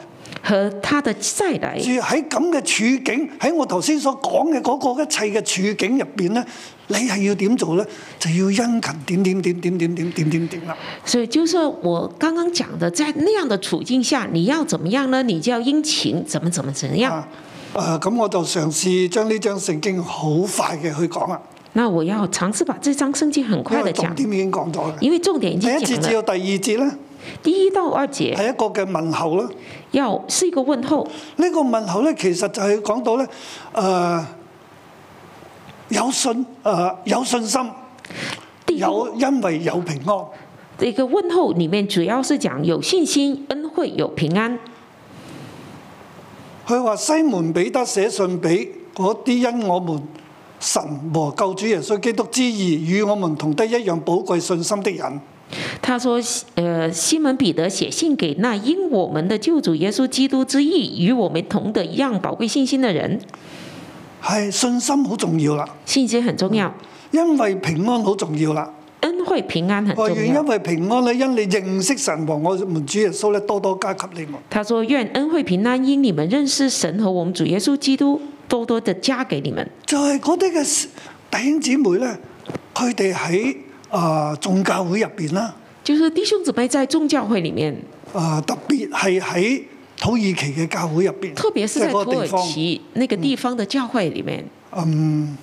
Speaker 3: 和他的再來
Speaker 2: 住。喺咁嘅處境，喺我頭先所講嘅嗰個一切嘅處境入邊咧，你係要點做咧？就要殷勤點點點點點點點點點啦。
Speaker 3: 所以就是我剛剛講的，在那樣的處境下，你要怎麼樣呢？你就要殷勤，怎麼怎麼怎麼樣。
Speaker 2: 啊誒咁我就嘗試將呢張聖經好快嘅去講啦。
Speaker 3: 那我要尝试把这张圣经很快
Speaker 2: 因為
Speaker 3: 的講
Speaker 2: 重，哎點已經講咗嘅。
Speaker 3: 因为重点已
Speaker 2: 第
Speaker 3: 经
Speaker 2: 一節
Speaker 3: 讲
Speaker 2: 至
Speaker 3: 了。
Speaker 2: 到第二節咧，
Speaker 3: 第一到二节
Speaker 2: 係一個嘅問候啦。
Speaker 3: 要是一个问候，
Speaker 2: 呢、個問候咧，其實就係講到咧，誒、呃有信誒、有信心，
Speaker 3: 第一个
Speaker 2: 有因為有平安。
Speaker 3: 这个问候里面主要是讲有信心、恩惠、有平安。
Speaker 2: 佢話西門彼得寫信俾嗰啲因我們神和救主耶穌基督之義與我們同得一樣寶貴信心的人。
Speaker 3: 他说：“呃，西门彼得写信给那因我们的救主耶稣基督之意与我们同的一样宝贵信心的人，
Speaker 2: 係信心好重要啦，
Speaker 3: 信心很重要，
Speaker 2: 因為平安好重要啦。
Speaker 3: 恩惠平安很
Speaker 2: 我嗯
Speaker 3: 重
Speaker 2: 哦願因
Speaker 3: 要。
Speaker 2: 為平安咧，因你認識神和我們主耶穌咧，多多加給你們。”
Speaker 3: 他说：“愿恩惠平安因你们认识神和我们主耶稣基督，多多的加给你们。
Speaker 2: 就係嗰啲嘅弟兄姊妹咧，佢哋喺啊眾教會入邊啦，”
Speaker 3: 就是弟兄姊妹在众教会里面，
Speaker 2: 啊、特別係喺土耳其嘅教會入邊，
Speaker 3: 特别是在
Speaker 2: 即係嗰
Speaker 3: 土
Speaker 2: 個地
Speaker 3: 耳
Speaker 2: 方，
Speaker 3: 其那个地方的教会里面，
Speaker 2: 嗯，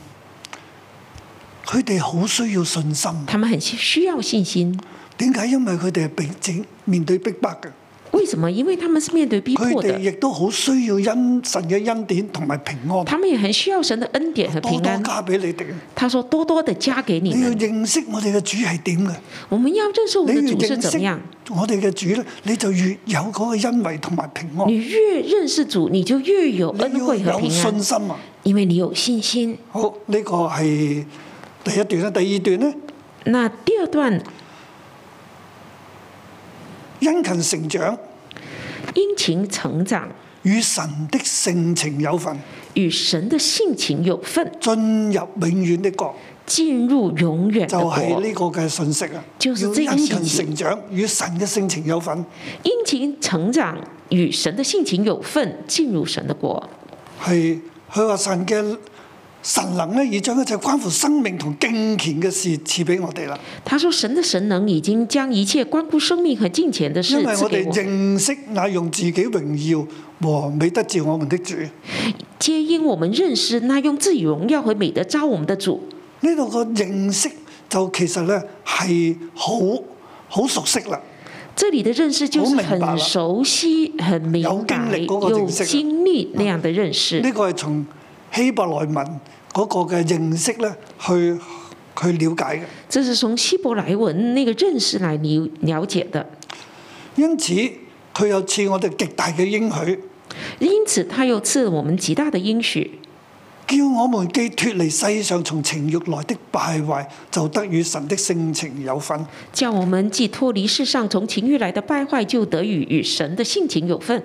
Speaker 2: 佢哋好需要信心。
Speaker 3: 他们很需要信心。
Speaker 2: 點解？因為佢哋係被整面對逼迫嘅，
Speaker 3: 为什么？因为他们是面对逼
Speaker 2: 佢
Speaker 3: 迫
Speaker 2: 哋
Speaker 3: 的，
Speaker 2: 亦都好需要恩神嘅恩典同埋平安，
Speaker 3: 他们也很需要神的恩典和
Speaker 2: 多
Speaker 3: 平
Speaker 2: 多
Speaker 3: 安。
Speaker 2: 加俾你哋。
Speaker 3: 他说：“多多的加给你
Speaker 2: 你要
Speaker 3: 们。”
Speaker 2: 認識我哋嘅主係點嘅，
Speaker 3: 我们要认识我
Speaker 2: 你
Speaker 3: 们的
Speaker 2: 越
Speaker 3: 主是
Speaker 2: 認
Speaker 3: 怎么
Speaker 2: 識
Speaker 3: 样。
Speaker 2: 我哋嘅主咧，你就越有嗰個恩惠同埋平安
Speaker 3: 你。越认识主，你就越有
Speaker 2: 你
Speaker 3: 恩惠和
Speaker 2: 要有
Speaker 3: 平
Speaker 2: 信
Speaker 3: 安，
Speaker 2: 心啊！
Speaker 3: 因为你有信心。
Speaker 2: 好，呢、個係第一段啦。第二段咧，
Speaker 3: 那第二段，
Speaker 2: 殷勤成長
Speaker 3: 殷勤成长
Speaker 2: 與神的性情有份，
Speaker 3: 与神的性情有份，
Speaker 2: 進入永遠的國，
Speaker 3: 进入永远
Speaker 2: 就
Speaker 3: 的
Speaker 2: 係
Speaker 3: 国。
Speaker 2: 呢個嘅信息啊！
Speaker 3: 就是
Speaker 2: 要
Speaker 3: 這個
Speaker 2: 殷勤
Speaker 3: 信息
Speaker 2: 成長與神嘅性情有份，
Speaker 3: 殷勤成长与神的性情有份，进入神的国。
Speaker 2: 係佢話神嘅神能咧，已將一切關乎生命同敬虔嘅事賜俾我哋啦。
Speaker 3: 他说：“神的神能已经将一切关乎生命和金钱的
Speaker 2: 因
Speaker 3: 事
Speaker 2: 為
Speaker 3: 赐
Speaker 2: 我
Speaker 3: 给
Speaker 2: 哋
Speaker 3: 我，
Speaker 2: 認識那用自己榮耀和美德照我們的主。
Speaker 3: 皆因我们认识那用自己荣耀和美德招我们的主。”
Speaker 2: 呢度個認識就其實咧係好好熟悉啦，
Speaker 3: 这里的认识就是
Speaker 2: 好明白啦
Speaker 3: 很熟悉、很明白、
Speaker 2: 有經歷嗰個
Speaker 3: 有
Speaker 2: 認識啊
Speaker 3: 经历那样的认识。
Speaker 2: 呢個係從希伯來文嗰個嘅認識咧去去了解嘅。
Speaker 3: 这是从希伯来文那个认识来了了解的。
Speaker 2: 因此佢又賜我哋極大嘅應許，
Speaker 3: 因此，他又赐我们极大的应许，
Speaker 2: 叫我們既脱離世上從情欲來的敗壞，就得與神的性情有份。
Speaker 3: 叫我们既脱离世上从情欲来的败坏，就得与与神的性情有份。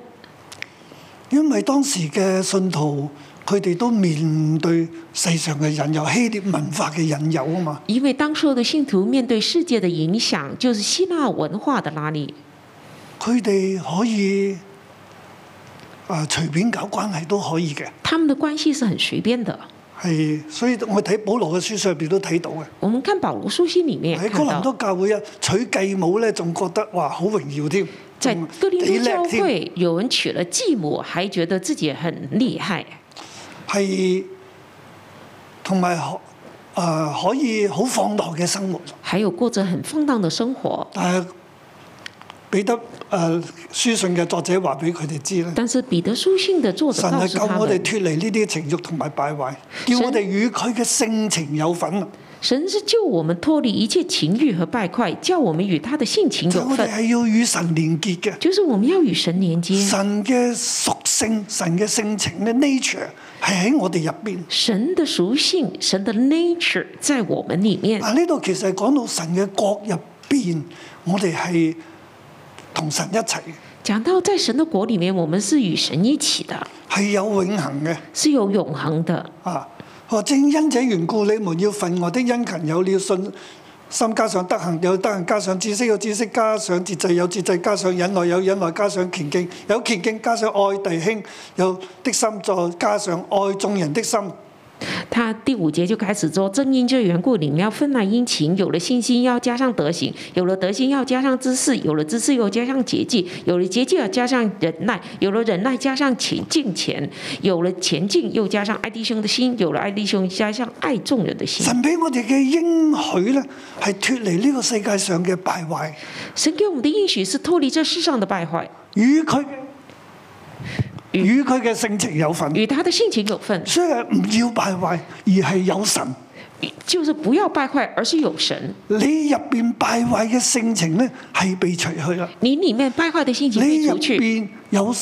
Speaker 2: 因為當時嘅信徒佢哋都面對世上嘅引誘、希臘文化嘅引誘啊嘛。
Speaker 3: 因为当时候的信徒面对世界的影响，就是希腊文化的拉力，
Speaker 2: 佢哋可以啊、隨便搞關係都可以嘅，
Speaker 3: 他们的关系是很随便的。
Speaker 2: 係所以我睇保羅嘅書上邊都睇到嘅。
Speaker 3: 我们看保罗书信里面
Speaker 2: 喺哥
Speaker 3: 看
Speaker 2: 林
Speaker 3: 到
Speaker 2: 多，教會啊，娶繼母咧，仲覺得哇好榮耀添，
Speaker 3: 在
Speaker 2: 仲
Speaker 3: 哥林
Speaker 2: 幾
Speaker 3: 多
Speaker 2: 叻
Speaker 3: 教
Speaker 2: 添，
Speaker 3: 会，有人娶了继母，还觉得自己很厉害，
Speaker 2: 係同埋可啊可以好放蕩嘅生活，
Speaker 3: 还有过着很放荡的生活。
Speaker 2: 但係彼得誒、呃、書信嘅作者話俾佢哋知咧。
Speaker 3: 但是彼得书信的作者
Speaker 2: 神
Speaker 3: 告
Speaker 2: 係
Speaker 3: 诉
Speaker 2: 救
Speaker 3: 他
Speaker 2: 我哋
Speaker 3: 们，
Speaker 2: 脱離呢啲情慾同埋敗壞，叫
Speaker 3: 神
Speaker 2: 我哋與佢嘅性情有份啊
Speaker 3: 神是救我们脱离一切情欲和败坏，叫我们与他的性情
Speaker 2: 就
Speaker 3: 有
Speaker 2: 我哋
Speaker 3: 份，
Speaker 2: 係要與神連結嘅。
Speaker 3: 就是我们要与神连接。
Speaker 2: 神嘅屬性、神嘅性情咧，nature 係喺我哋入邊。
Speaker 3: 神的属性，神的 nature 在我们里面。
Speaker 2: 嗱，呢度其實係講到神嘅國入邊，我哋係同神一齊嘅，
Speaker 3: 讲到在神的国里面，我们是与神一起的，
Speaker 2: 係有永恆嘅
Speaker 3: 是有永恒的。
Speaker 2: 啊！佢話正因這緣故，你們要分外的殷勤，有了信心，加上德行，有德行，加上知識，有知識，加上節制，有節制，加上忍耐，有忍耐，加上虔敬，有虔敬，加上愛弟兄，有的心，再加上愛眾人的心。
Speaker 3: 他第五节就开始说：正因这缘故，你们要分来殷勤；有了信心，要加上德行；有了德行，要加上知识；有了知识，又加上节制；有了节制，要加上忍耐；有了忍耐，加上前进前；有了前进，又加上爱弟兄的心；有了爱弟兄，加上爱众人的心。
Speaker 2: 神俾我哋嘅應許咧，係脱離呢個世界上嘅敗壞，
Speaker 3: 神给我们的应许是脱离这世上的败坏，
Speaker 2: 與佢
Speaker 3: 嗯
Speaker 2: 與佢嘅性情有份，
Speaker 3: 与他的性情有份，
Speaker 2: 所以係唔要敗壞，而係有神。
Speaker 3: 就是不要败坏，而是有神。
Speaker 2: 你入邊敗壞嘅性情咧，係被除去啦。
Speaker 3: 你里面败坏的性情
Speaker 2: 你
Speaker 3: 被
Speaker 2: 入
Speaker 3: 除去，
Speaker 2: 邊有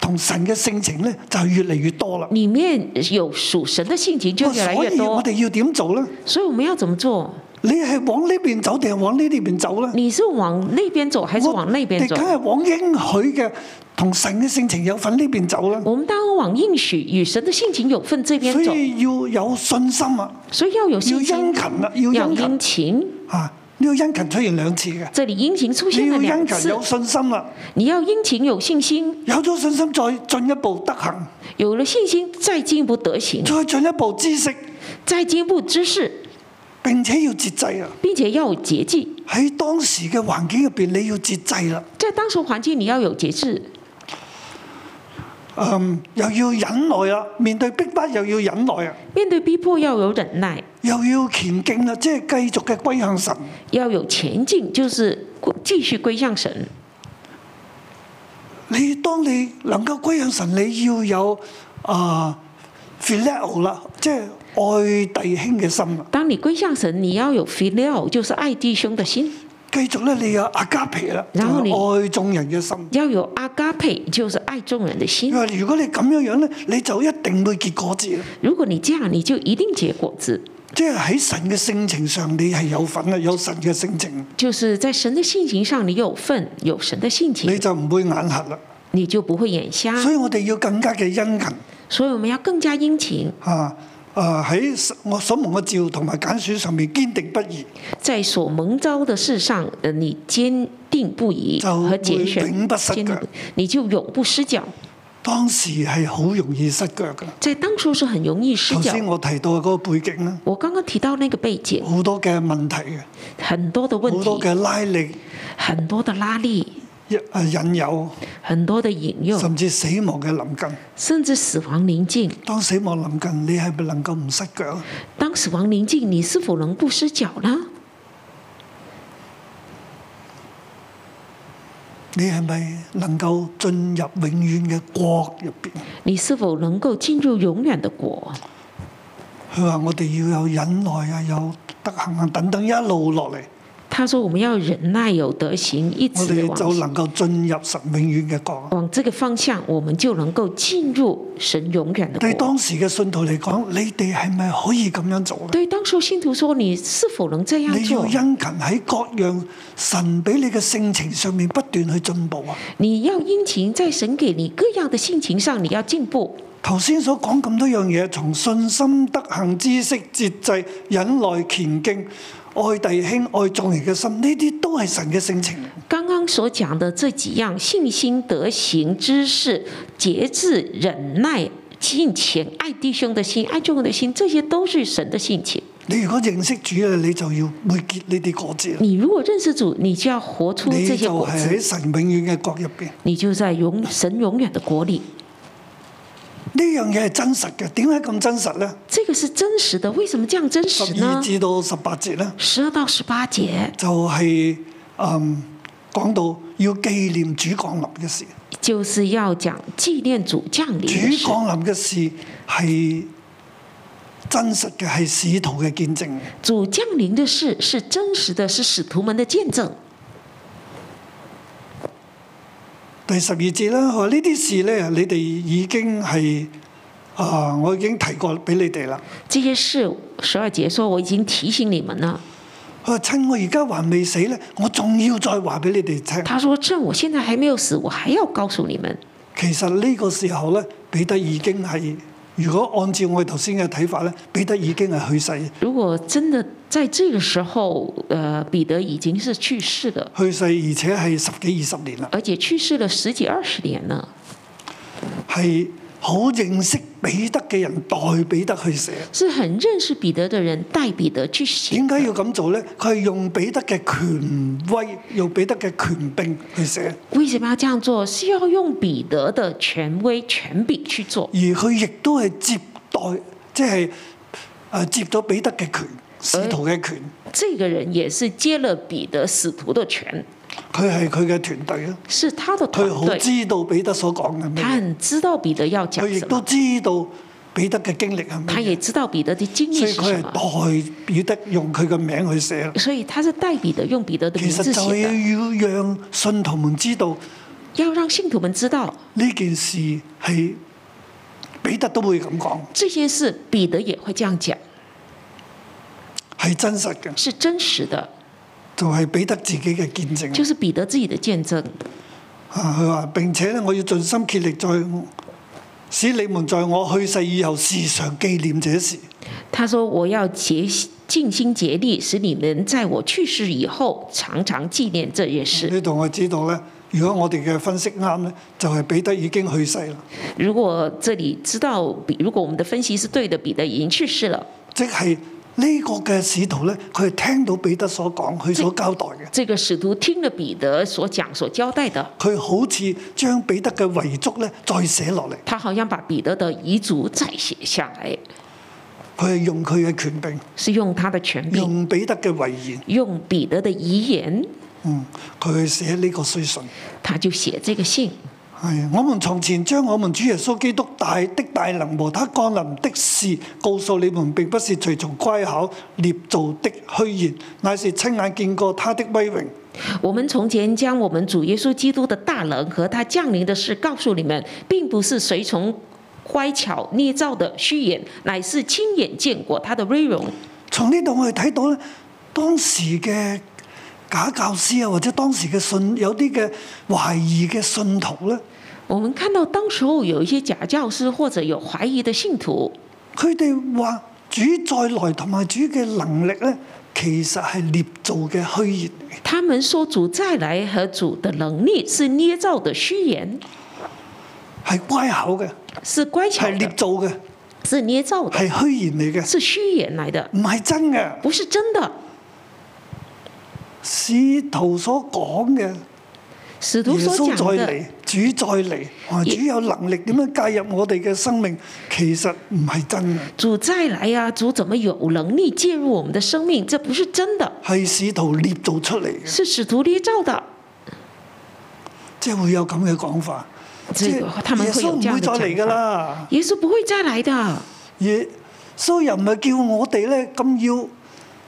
Speaker 2: 同神嘅性情咧，就越嚟越多啦。啊
Speaker 3: 里面有属神的性情就越
Speaker 2: 哦
Speaker 3: 来
Speaker 2: 所
Speaker 3: 嗯越
Speaker 2: 以我
Speaker 3: 多。
Speaker 2: 哋要點做咧？
Speaker 3: 所以我们要怎么做？
Speaker 2: 你係往呢邊走定係往呢啲邊走咧？
Speaker 3: 你是往那边走还是往那边
Speaker 2: 我
Speaker 3: 走
Speaker 2: 哋？梗係往應許嘅同神嘅性情有份呢邊走啦。
Speaker 3: 我们当然往应许与神的性情有份这边
Speaker 2: 所
Speaker 3: 走，
Speaker 2: 以要有信心啊，
Speaker 3: 所以要有
Speaker 2: 要
Speaker 3: 信
Speaker 2: 殷
Speaker 3: 心，
Speaker 2: 勤啊，要
Speaker 3: 要
Speaker 2: 殷
Speaker 3: 殷
Speaker 2: 勤
Speaker 3: 勤。
Speaker 2: 啊。呢個殷勤出現兩次嘅，
Speaker 3: 这里殷勤出
Speaker 2: 你
Speaker 3: 现了
Speaker 2: 要殷
Speaker 3: 两
Speaker 2: 勤
Speaker 3: 次
Speaker 2: 有，信心啦，
Speaker 3: 你要殷勤有信心，
Speaker 2: 有咗信心再進一步德行，
Speaker 3: 有了信心再进一步德行，
Speaker 2: 再進一步知識，
Speaker 3: 再进一步知识，
Speaker 2: 並且要節制啊。
Speaker 3: 并且要有节制。
Speaker 2: 喺當時嘅環境入邊，你要節制啦，
Speaker 3: 在当时环境，你要有节制，
Speaker 2: 嗯，又要忍耐啦，面對逼迫又要忍耐啊，
Speaker 3: 面对逼迫要有忍耐，
Speaker 2: 又要虔敬啦，即係繼續嘅歸向神。
Speaker 3: 要有前进，就是继续归向神。
Speaker 2: 你當你能夠歸向神，你要有啊 phileo 啦，即係愛弟兄嘅心啦。啊
Speaker 3: 当你归向神，你要有 filial，就是爱弟兄的心；
Speaker 2: 繼續咧，你有阿加皮啦，就
Speaker 3: 然後你
Speaker 2: 係愛眾人嘅心。
Speaker 3: 要有 agape，就是爱眾人的心
Speaker 2: 因。為如果你咁樣樣咧，你就一定會結果子啦。
Speaker 3: 如果你这样，你就一定结果子，
Speaker 2: 即係喺神嘅性情上，你係有份啊嘅，有神嘅性情，
Speaker 3: 就是在神的性情上，你有份，有神的性
Speaker 2: 你
Speaker 3: 情，
Speaker 2: 就唔會眼黑啦。
Speaker 3: 你就不会眼瞎。
Speaker 2: 所以我哋要更加嘅殷勤
Speaker 3: 所以我们要更加殷勤，
Speaker 2: 啊！啊喺我所蒙嘅召同埋揀選上面堅定不移，
Speaker 3: 在所蒙召的事上，呃，你坚定不移
Speaker 2: 就
Speaker 3: 和
Speaker 2: 會
Speaker 3: 拣选
Speaker 2: 永不失，
Speaker 3: 坚定不
Speaker 2: 腳
Speaker 3: 你就永不失脚。
Speaker 2: 當時係好容易失腳㗎。
Speaker 3: 在当初是很容易失
Speaker 2: 頭
Speaker 3: 脚
Speaker 2: 先。我提到嘅嗰個背景啦，
Speaker 3: 我刚刚提到那个背景，
Speaker 2: 好多嘅問題嘅，
Speaker 3: 很多的问
Speaker 2: 好多
Speaker 3: 题，
Speaker 2: 嘅拉力、
Speaker 3: 很多的拉力，
Speaker 2: 啊引誘，
Speaker 3: 很多的引诱，
Speaker 2: 甚至死亡嘅臨近。
Speaker 3: 甚至死亡临近。
Speaker 2: 當死亡臨近，你係咪能夠唔失腳？啊
Speaker 3: 当死亡临近，你是否能不失脚呢？
Speaker 2: 你係咪能夠進入永遠嘅國入邊？
Speaker 3: 你是否能够进入永远的国？
Speaker 2: 佢話：我哋要有忍耐啊，有德行啊，等等一路落嚟，
Speaker 3: 他说我们要忍耐有德行，一
Speaker 2: 我
Speaker 3: 直地
Speaker 2: 哋就
Speaker 3: 往
Speaker 2: 能夠進入神永遠嘅國。啊
Speaker 3: 往这个方向，我们就能够进入神永远的
Speaker 2: 對
Speaker 3: 国。
Speaker 2: 當時嘅信徒嚟講，你哋係咪可以咁樣做咧？
Speaker 3: 对当初信徒说，你是否能这样
Speaker 2: 你要
Speaker 3: 做
Speaker 2: 殷？勤喺各樣神俾你嘅性情上面不斷去進步啊！
Speaker 3: 你要殷勤，在神给你各样的性情上，你要进步。
Speaker 2: 頭先所講咁多樣嘢，從信心、德行、知識、節制、忍耐、虔敬、愛弟兄、愛眾人嘅心，呢啲都係神嘅性情。
Speaker 3: 刚刚所讲的这几样：信心、德行、知识、节制、忍耐、敬虔、爱弟兄的心、爱众人的心，这些都是神的性情。
Speaker 2: 你如果認識主咧，你就要會結呢啲果子啦。
Speaker 3: 你如果认识主，你就要活出
Speaker 2: 你
Speaker 3: 这些
Speaker 2: 就
Speaker 3: 果
Speaker 2: 係
Speaker 3: 子，
Speaker 2: 喺神永遠嘅國入邊，
Speaker 3: 你就在永神永远的国里。
Speaker 2: 呢樣嘢係真實嘅。點解咁真實呢？
Speaker 3: 这个是真实的，为什么这样真
Speaker 2: 十
Speaker 3: 实
Speaker 2: 二
Speaker 3: 呢？
Speaker 2: 至到十八節呢，
Speaker 3: 十二到十八节
Speaker 2: 就係、嗯講到要紀念主降臨嘅事。
Speaker 3: 就是要讲纪念主降临
Speaker 2: 主
Speaker 3: 的事。
Speaker 2: 降臨嘅事係真實嘅，係使徒嘅見證。
Speaker 3: 主降临的事是真实的，是使徒们的见证。
Speaker 2: 第十二節啦，佢話呢啲事咧，你哋已經係啊，我已經提過俾你哋啦。
Speaker 3: 这些事，十二节说我已经提醒你们了。
Speaker 2: 佢話趁我而家還未死咧，我仲要再話俾你哋聽。
Speaker 3: 他说：“趁我现在还没有死，我还要告诉你们。
Speaker 2: 其實呢個時候咧，彼得已經係，如果按照我哋頭先嘅睇法咧，彼得已經係去世，
Speaker 3: 如果真的在这个时候，呃，彼得已经是去世了，
Speaker 2: 去世而且係十幾二十年啦，
Speaker 3: 而且去世了十几二十年了，
Speaker 2: 係好認識彼得嘅人代彼得去寫。
Speaker 3: 是很认识彼得的人带彼得去写。
Speaker 2: 點解要咁做呢？佢係用彼得嘅權威，用彼得嘅權柄去寫，
Speaker 3: 为什么要这样做？是要用彼得的权威、权柄去做，
Speaker 2: 而佢亦都係接待，即係誒接到彼得嘅權，使徒嘅權，
Speaker 3: 这个人也是接了彼得使徒的权，
Speaker 2: 佢係佢嘅團隊啊！
Speaker 3: 是他的团
Speaker 2: 佢好
Speaker 3: 队，
Speaker 2: 知道彼得所講嘅咩
Speaker 3: 他
Speaker 2: 嘢，
Speaker 3: 很知道彼得要
Speaker 2: 佢
Speaker 3: 讲
Speaker 2: 亦
Speaker 3: 什
Speaker 2: 都
Speaker 3: 么，
Speaker 2: 知道彼得嘅經歷係咩
Speaker 3: 他
Speaker 2: 嘢，
Speaker 3: 也知道彼得的经
Speaker 2: 所以
Speaker 3: 历是
Speaker 2: 佢
Speaker 3: 什么，
Speaker 2: 係代彼得用佢嘅名去寫啦。
Speaker 3: 所以他是带彼得用彼得的名
Speaker 2: 其實
Speaker 3: 字
Speaker 2: 就
Speaker 3: 写的，
Speaker 2: 係要讓信徒們知道
Speaker 3: 要让信徒们知道
Speaker 2: 呢件事係彼得都會咁講，
Speaker 3: 这些事，彼得也会这样讲，
Speaker 2: 係真實嘅，
Speaker 3: 是真实的，
Speaker 2: 就係、彼得自己嘅見證。
Speaker 3: 就是彼得自己的见证。
Speaker 2: 啊，佢話並且咧，我要盡心竭力在使你們在我去世以後時常紀念這事。
Speaker 3: 他说：“我要竭尽心竭力，使你们在我去世以后常常纪念这件事。
Speaker 2: 呢度我知道咧，如果我哋嘅分析啱咧，就係、彼得已經去世啦，
Speaker 3: 如果这里知道，比如果我们的分析是对的，彼得已经去世了。
Speaker 2: 即係呢個嘅使徒咧，佢係聽到彼得所講，佢所交代嘅，
Speaker 3: 这个使徒听了彼得所讲、所交代的，
Speaker 2: 佢好似將彼得嘅遺囑咧再寫落嚟。
Speaker 3: 他好像把彼得的遗嘱再写下来，
Speaker 2: 佢係用佢嘅權柄，
Speaker 3: 是用他的权柄，
Speaker 2: 用彼得嘅遺言，
Speaker 3: 用彼得的遗言，
Speaker 2: 嗯，佢去寫呢個書信。
Speaker 3: 他就写这个信。
Speaker 2: 係，我們從前將我們主耶穌基督大的大能和他降臨的事告訴你們，並不是隨從乖巧捏造的虛言，乃是親眼見過他的威榮。
Speaker 3: 我们从前将我们主耶稣基督的大能和他降临的事告诉你们，并不是随从乖巧捏造的虚言，乃是亲眼见过他的威荣。
Speaker 2: 從呢度我哋睇到咧，當時嘅假教師啊，或者當時嘅信有啲嘅懷疑嘅信徒咧，
Speaker 3: 我们看到当时候有一些假教师或者有怀疑的信徒，
Speaker 2: 佢哋話主再來同埋主嘅能力咧，其實係捏造嘅虛言。
Speaker 3: 他们说主再来和主的能力是捏造的虚言，
Speaker 2: 係乖巧嘅，
Speaker 3: 是乖巧
Speaker 2: 係捏
Speaker 3: 的，
Speaker 2: 造嘅，
Speaker 3: 是捏造的，
Speaker 2: 係虛言嚟嘅，
Speaker 3: 是虚言来的，
Speaker 2: 唔係真嘅。
Speaker 3: 不是真的。
Speaker 2: 使徒所講嘅，
Speaker 3: 使徒
Speaker 2: 耶
Speaker 3: 所
Speaker 2: 穌
Speaker 3: 讲
Speaker 2: 再
Speaker 3: 的
Speaker 2: 嚟，主再嚟，話主有能力點樣介入我哋嘅生命，其實唔係真嘅，
Speaker 3: 主再来呀、主怎么有能力介入我们的生命？这不是真的。
Speaker 2: 係使徒捏造出嚟嘅，
Speaker 3: 是使徒捏造的，
Speaker 2: 即係會有咁嘅講法。即
Speaker 3: 这
Speaker 2: 係
Speaker 3: 个他们
Speaker 2: 耶
Speaker 3: 会
Speaker 2: 穌
Speaker 3: 有
Speaker 2: 唔
Speaker 3: 这样
Speaker 2: 會
Speaker 3: 的
Speaker 2: 再嚟㗎
Speaker 3: 讲法。
Speaker 2: 啦，
Speaker 3: 耶稣不会再来的，
Speaker 2: 耶穌又唔係叫我哋咧咁要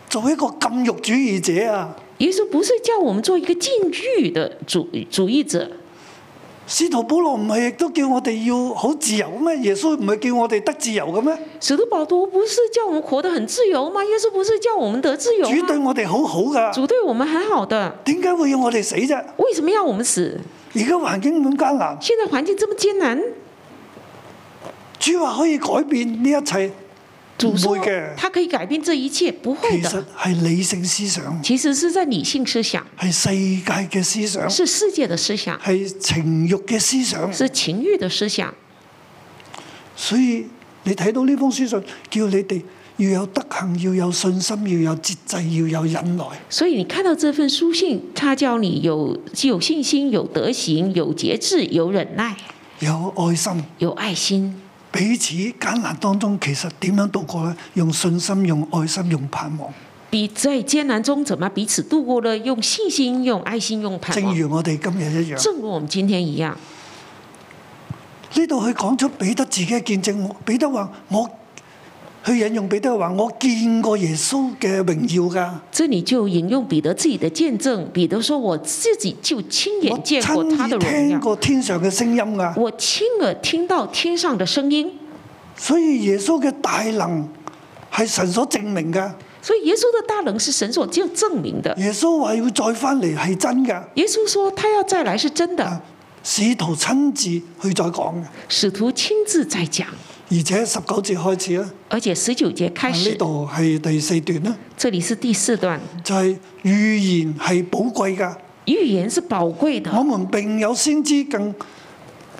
Speaker 2: 做一個禁欲主義者啊。
Speaker 3: 耶稣不是叫我们做一个禁欲的主主义者。
Speaker 2: 使徒保羅唔係亦都叫我哋要好自由咩？耶穌唔係叫我哋得自由嘅咩？
Speaker 3: 使徒保罗不是叫我们活得很自由吗？耶稣不是叫我们得自由
Speaker 2: 主對
Speaker 3: 吗？
Speaker 2: 我哋好好㗎，
Speaker 3: 主对我们很好的，
Speaker 2: 點解會要我哋死啫？
Speaker 3: 为什么要我们死？
Speaker 2: 而家環境咁艱難，
Speaker 3: 现在环境这么艰难，
Speaker 2: 主話可以改變呢一切，唔
Speaker 3: 主说
Speaker 2: 會嘅。
Speaker 3: 他可以改变这一切，不会
Speaker 2: 其實
Speaker 3: 的。
Speaker 2: 係理性思想，
Speaker 3: 其实是在理性思想，
Speaker 2: 係世界嘅思想，
Speaker 3: 是世界的思想，
Speaker 2: 係情慾嘅思想。
Speaker 3: 是情欲的思想。
Speaker 2: 所以你睇到呢封書信，叫你哋要有德行，要有信心，要有節制，要有忍耐。
Speaker 3: 所以你看到这份书信，他叫你有有信心、有德行、有节制、有忍耐、
Speaker 2: 有愛心，
Speaker 3: 有爱心。
Speaker 2: 彼此艱難當中，其實點樣度過呢？用信心，用愛心，用盼望。
Speaker 3: 彼在艰难中怎么彼此度过了？用信心、用愛心、用盼
Speaker 2: 正
Speaker 3: 望。
Speaker 2: 如我哋今日一樣，
Speaker 3: 正如我们今天一样，
Speaker 2: 呢度佢講出彼得自己嘅見證，彼得話我，佢引用彼得話我見過耶穌嘅榮耀
Speaker 3: 这里就引用彼得自己的见证。彼得说：“我自己就亲
Speaker 2: 㗎，
Speaker 3: 眼
Speaker 2: 我
Speaker 3: 见过
Speaker 2: 親
Speaker 3: 他的
Speaker 2: 耳
Speaker 3: 荣
Speaker 2: 聽
Speaker 3: 耀，
Speaker 2: 過天上嘅聲音㗎，
Speaker 3: 我亲耳听到天上的声音。
Speaker 2: 所以耶穌嘅大能係神所證明㗎。”
Speaker 3: 所以耶稣的大能是神所就证明的。
Speaker 2: 耶穌話要再翻嚟係真㗎，
Speaker 3: 耶稣说他要再来是真的
Speaker 2: 啊，使徒親自去再講嘅，
Speaker 3: 使徒亲自在讲，
Speaker 2: 而且十九節開始啦，啊
Speaker 3: 而且十九节开
Speaker 2: 呢
Speaker 3: 始。
Speaker 2: 度係第四段啦，
Speaker 3: 这里是第四段，
Speaker 2: 就係、預言係寶貴㗎。
Speaker 3: 预言是宝贵
Speaker 2: 我
Speaker 3: 的。
Speaker 2: 們並有先知更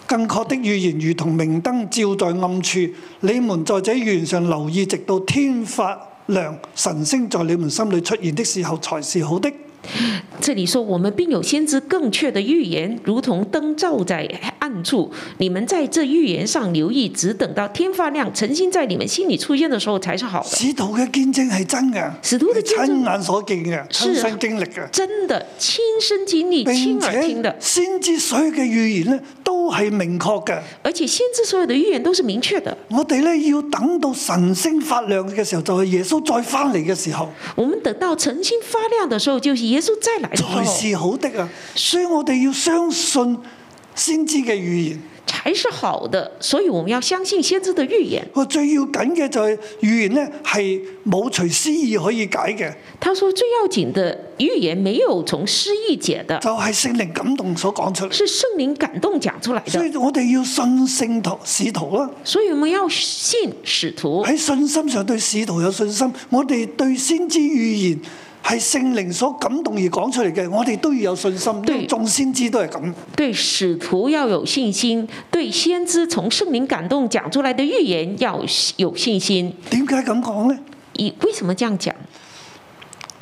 Speaker 2: 更確的預言如同明燈照在暗處，你們在這原上留意，直到天發亮，神星在你們心裏出現的時候，才是好的。
Speaker 3: 这里说，我们并有先知更确的预言，如同灯照在暗处。你们在这预言上留意，只等到天发亮，晨星在你们心里出现的时候才是好的。
Speaker 2: 使徒嘅見證係真嘅，
Speaker 3: 使徒嘅見證
Speaker 2: 親眼所見嘅，
Speaker 3: 是啊
Speaker 2: 親身經歷嘅。
Speaker 3: 真的亲身经历、
Speaker 2: 並
Speaker 3: 亲耳听
Speaker 2: 且
Speaker 3: 的，
Speaker 2: 先知所有嘅預言咧都係明確嘅。
Speaker 3: 而且先知所有的预言都是明確的。
Speaker 2: 我哋咧要等到神星發亮嘅時候，就係、耶穌再翻嚟嘅時候，
Speaker 3: 我们等到晨星发亮的时候，就是耶稣再来的时
Speaker 2: 才
Speaker 3: 候，
Speaker 2: 是好的啊！所以我哋要相信先知嘅預言。
Speaker 3: 才是好的。所以我们要相信先知的预言。
Speaker 2: 我最要緊嘅就係預言咧係冇隨思意可以解嘅，
Speaker 3: 他说最要紧的预言没有从诗意解的，
Speaker 2: 就係、聖靈感動所講出嚟。
Speaker 3: 是圣灵感动讲出来
Speaker 2: 所
Speaker 3: 的。
Speaker 2: 以我哋要信聖徒使徒啦，
Speaker 3: 所以我们要信使徒，
Speaker 2: 喺信心上對使徒有信心，我哋對先知預言係聖靈所感動而講出嚟嘅，我哋都要有信心。因為
Speaker 3: 對
Speaker 2: 眾先知都係咁。
Speaker 3: 对使徒要有信心，对先知从圣灵感动讲出来的预言要有信心。
Speaker 2: 點解咁講呢？
Speaker 3: 以为什么这样讲？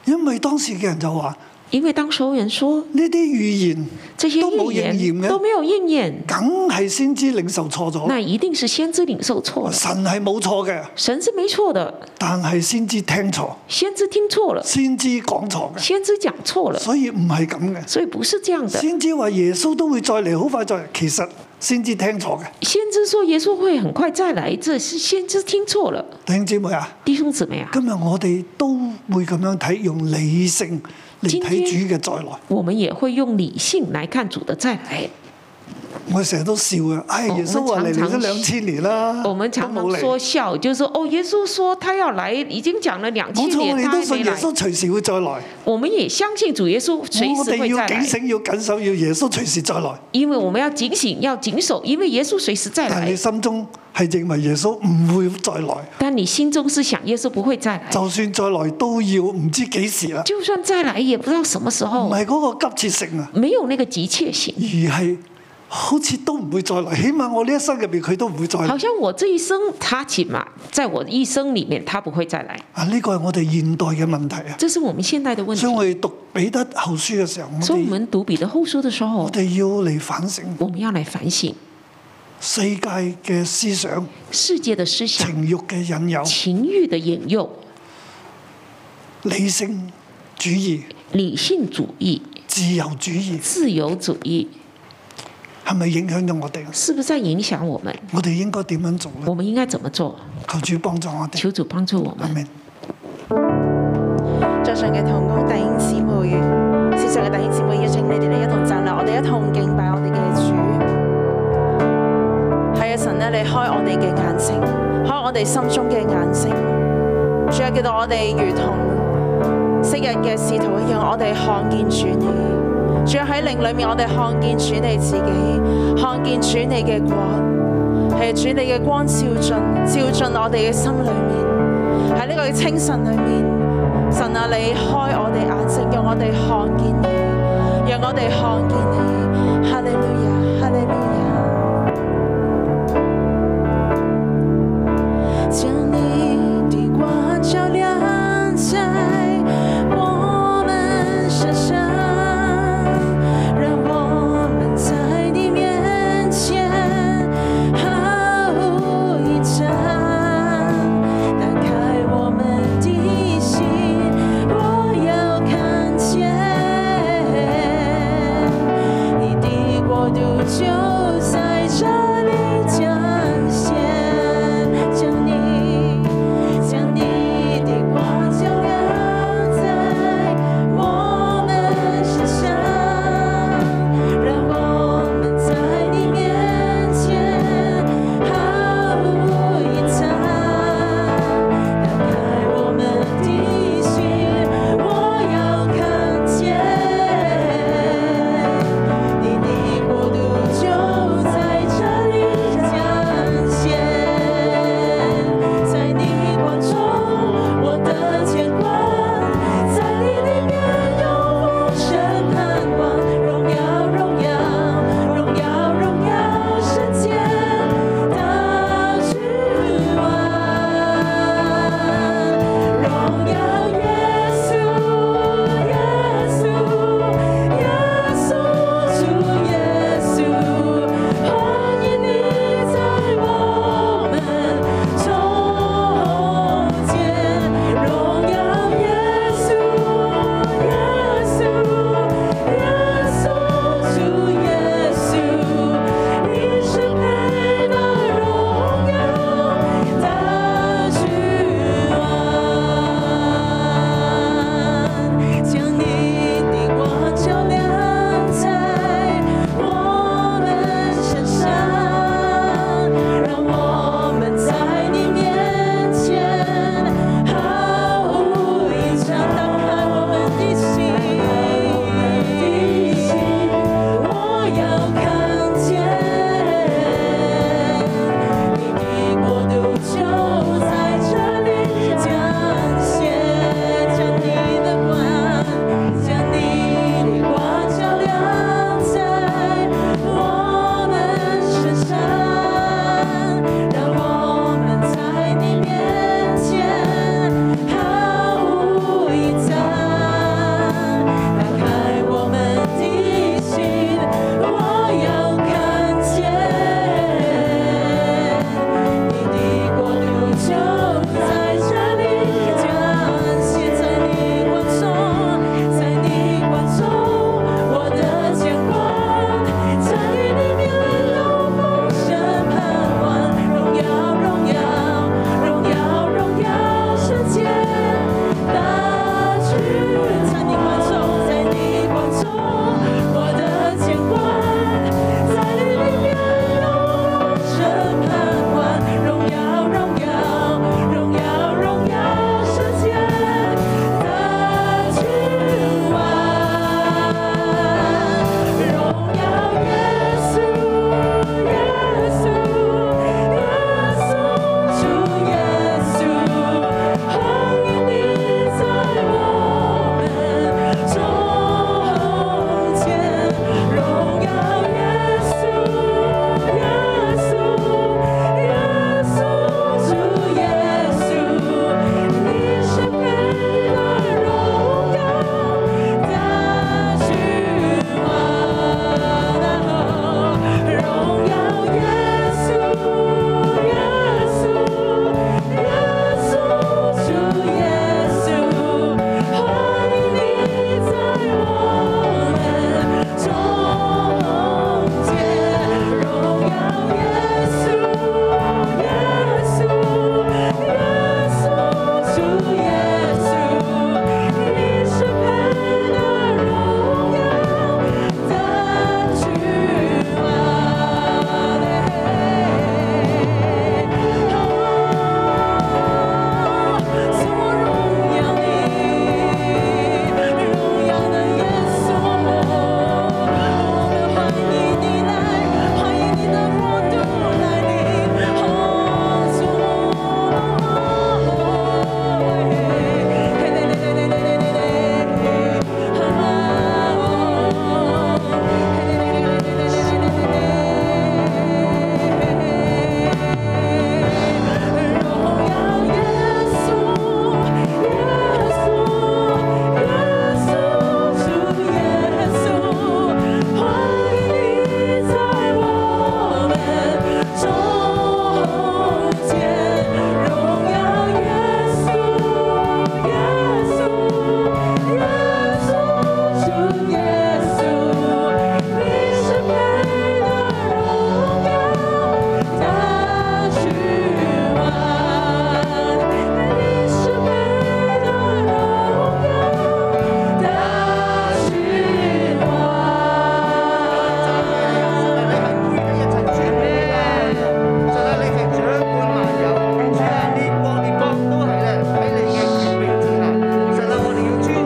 Speaker 2: 因為當時嘅人就話：
Speaker 3: 因为当时候人说
Speaker 2: 呢啲預言
Speaker 3: 这些
Speaker 2: 都
Speaker 3: 预
Speaker 2: 冇應驗
Speaker 3: 言
Speaker 2: 嘅
Speaker 3: 都没有应验，
Speaker 2: 梗係先知領受錯咗，
Speaker 3: 那一定是先知领受错了。
Speaker 2: 神係冇錯嘅，
Speaker 3: 神是没错的，
Speaker 2: 但係先知聽錯，
Speaker 3: 先知听错了，
Speaker 2: 先知講錯嘅，
Speaker 3: 先知讲错了，
Speaker 2: 所以唔係咁嘅。
Speaker 3: 所以不是这样的。
Speaker 2: 先知話耶穌都會再嚟，好快再嚟，其實先知聽錯嘅。
Speaker 3: 先知说耶稣会很快再来，这是先知听错了。
Speaker 2: 弟兄姊妹啊，
Speaker 3: 弟兄姊妹啊，
Speaker 2: 今日我哋都會咁樣睇，用理性嚟
Speaker 3: 今
Speaker 2: 睇
Speaker 3: 天
Speaker 2: 主嘅再來。
Speaker 3: 我们也会用理性来看主的再来。
Speaker 2: 我成日都笑嘅，唉、
Speaker 3: 哦
Speaker 2: 耶穌話嚟
Speaker 3: 我
Speaker 2: 嚟
Speaker 3: 們
Speaker 2: 咗
Speaker 3: 常
Speaker 2: 兩千年啦，
Speaker 3: 我们常
Speaker 2: 都冇
Speaker 3: 常说
Speaker 2: 嚟。
Speaker 3: 笑，就是说哦，耶稣说他要来，已经讲了两
Speaker 2: 冇
Speaker 3: 千
Speaker 2: 錯，我
Speaker 3: 年，
Speaker 2: 哋
Speaker 3: 他
Speaker 2: 都
Speaker 3: 还
Speaker 2: 信
Speaker 3: 没
Speaker 2: 耶
Speaker 3: 来。
Speaker 2: 穌隨時會再來。
Speaker 3: 我们也相信主耶稣随
Speaker 2: 我
Speaker 3: 时
Speaker 2: 哋
Speaker 3: 会
Speaker 2: 要
Speaker 3: 再
Speaker 2: 警
Speaker 3: 来，
Speaker 2: 醒，要緊守，要耶穌隨時再來。
Speaker 3: 因为我们要警醒，要谨守，因為耶穌随时再
Speaker 2: 但係
Speaker 3: 来
Speaker 2: 你。心中係認為耶穌唔會再來，
Speaker 3: 但你心中是想耶穌不会再来，
Speaker 2: 就算再來都要唔知幾時啦。
Speaker 3: 就算再来也不知道什么时
Speaker 2: 唔
Speaker 3: 候，
Speaker 2: 係嗰個急切性啊，
Speaker 3: 没有那個急切性。
Speaker 2: 而係好似都唔會再來。起碼我呢一生入邊佢都唔會再
Speaker 3: 好
Speaker 2: 來。
Speaker 3: 像我这一生，他起码在我一生里面，他不会再来。
Speaker 2: 啊，呢個係我哋現代嘅問題啊。
Speaker 3: 这是我们现代的问题
Speaker 2: 所以。我哋讀彼得後書嘅時候，我
Speaker 3: 所以，我
Speaker 2: 哋
Speaker 3: 们读彼得后书的时候
Speaker 2: 我，哋要嚟反省
Speaker 3: 我们要来反省
Speaker 2: 世界嘅思想、
Speaker 3: 世界的思想、
Speaker 2: 情欲嘅引誘、
Speaker 3: 情欲的引诱、
Speaker 2: 理性主義、
Speaker 3: 理性主义、
Speaker 2: 自由主義
Speaker 3: 自由主义，
Speaker 2: 係咪影響咗我哋？啊
Speaker 3: 是不是在影响我们？
Speaker 2: 我哋應該點樣做呢？
Speaker 3: 我们应该怎么做？
Speaker 2: 求主幫助我哋。
Speaker 3: 求主帮助我
Speaker 2: 阿
Speaker 3: 们。
Speaker 2: 明。
Speaker 4: 在上嘅同工弟兄姊妹，線上嘅弟兄姊妹，邀請你哋咧一同站立，我哋一同敬拜我哋嘅主。係啊，神咧，你開我哋嘅眼睛，開我哋心中嘅眼睛，主啊，叫到我哋如同昔日嘅使徒一樣，我哋看見主你。主啊喺靈裏面，我哋看見主你自己，看見主你嘅國，係主你嘅光照進，照進我哋嘅心裏面，喺呢個清晨裏面。神啊，你開我哋眼睛，讓我哋看見你，讓我哋看見你。哈利路亞，哈利路亞。將你的光照亮在我們身上，讓我們在你面前毫無隱藏。打开我们的心，我要看见你的国度就在这里彰显，将你将你的光照亮在我们身上，让我们在你面前毫无隐藏。打开我们的心，我要看见你的国度就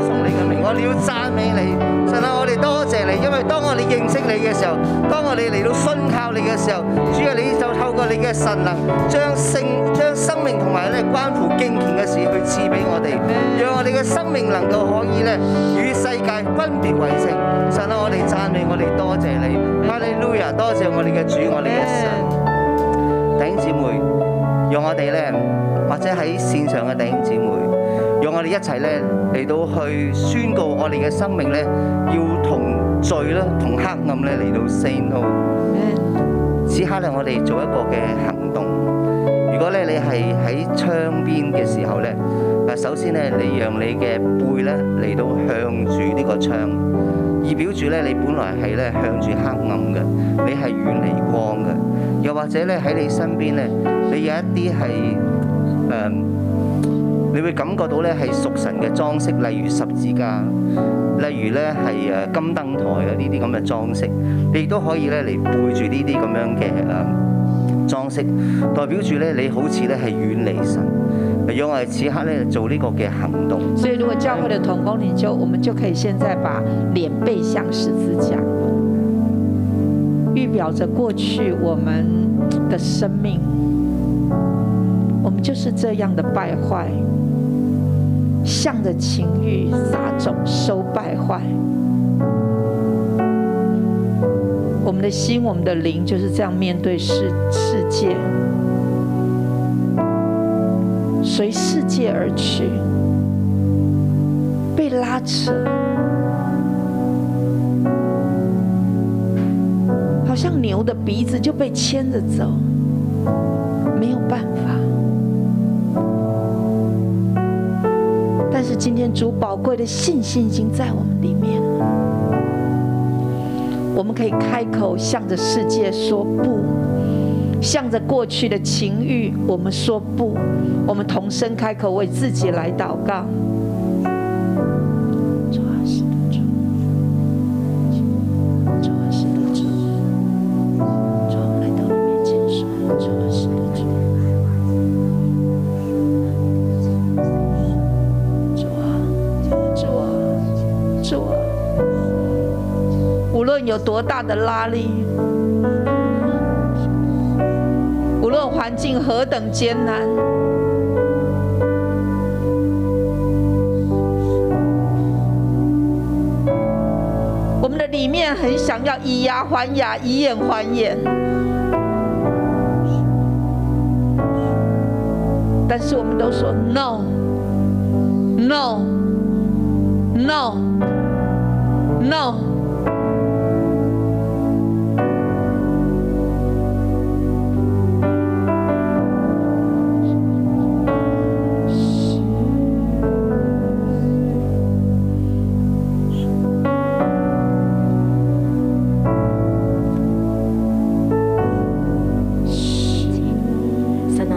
Speaker 5: 你，神啊，我哋多謝你，因為當我哋認識你嘅時候，當我哋嚟到信靠你嘅時候，主啊，你就透過你嘅神能，將聖將生命同埋咧關乎敬虔嘅事去賜俾我哋，讓我哋嘅生命能夠可以咧與世界分別為聖。神啊，我哋讚美，我哋多謝你，哈利路亞，多謝我哋嘅主，我哋嘅神。弟兄姊妹，讓我哋咧，或者喺線上嘅弟兄姊妹，讓我哋一齊咧嚟到去宣告我哋嘅生命咧，要同罪啦、同黑暗咧嚟到 say no。此刻咧，我哋做一個嘅行動。如果咧你係喺窗邊嘅時候咧，啊首先咧你讓你嘅背咧嚟到向住呢個窗。意表住咧你本來係咧向住黑暗嘅，你係遠離光嘅。又或者咧喺你身邊咧，你有一啲係誒，你會感覺到咧係屬神嘅裝飾，例如十字架，例如咧係誒金燈台啊呢啲咁嘅裝飾，你亦都可以咧嚟背住呢啲咁樣嘅誒。裝飾，代表住咧你好似咧係遠離神。讓我哋此刻咧做呢個嘅行動。
Speaker 6: 所以，如果教会的同工领袖，我们就可以现在把脸背向十字架，预表着过去我们的生命，我们就是这样的败坏，向着情欲撒种收败坏。我们的心，我们的灵就是这样面对世世界，随世界而去。被拉扯，好像牛的鼻子就被牵着走，没有办法。但是今天主宝贵的信心已经在我们里面了，我们可以开口向着世界说不。向着过去的情欲，我们说不。我们同声开口为自己来祷告。主啊，是的主，主啊，是的主，主啊，我们来到你面前说，主啊，是的主，主啊，主啊，主啊，无论有多大的拉力，无论环境何等艰难。我们的里面很想要以牙还牙，以眼还眼，但是我们都说 no no no no。
Speaker 7: 神啊，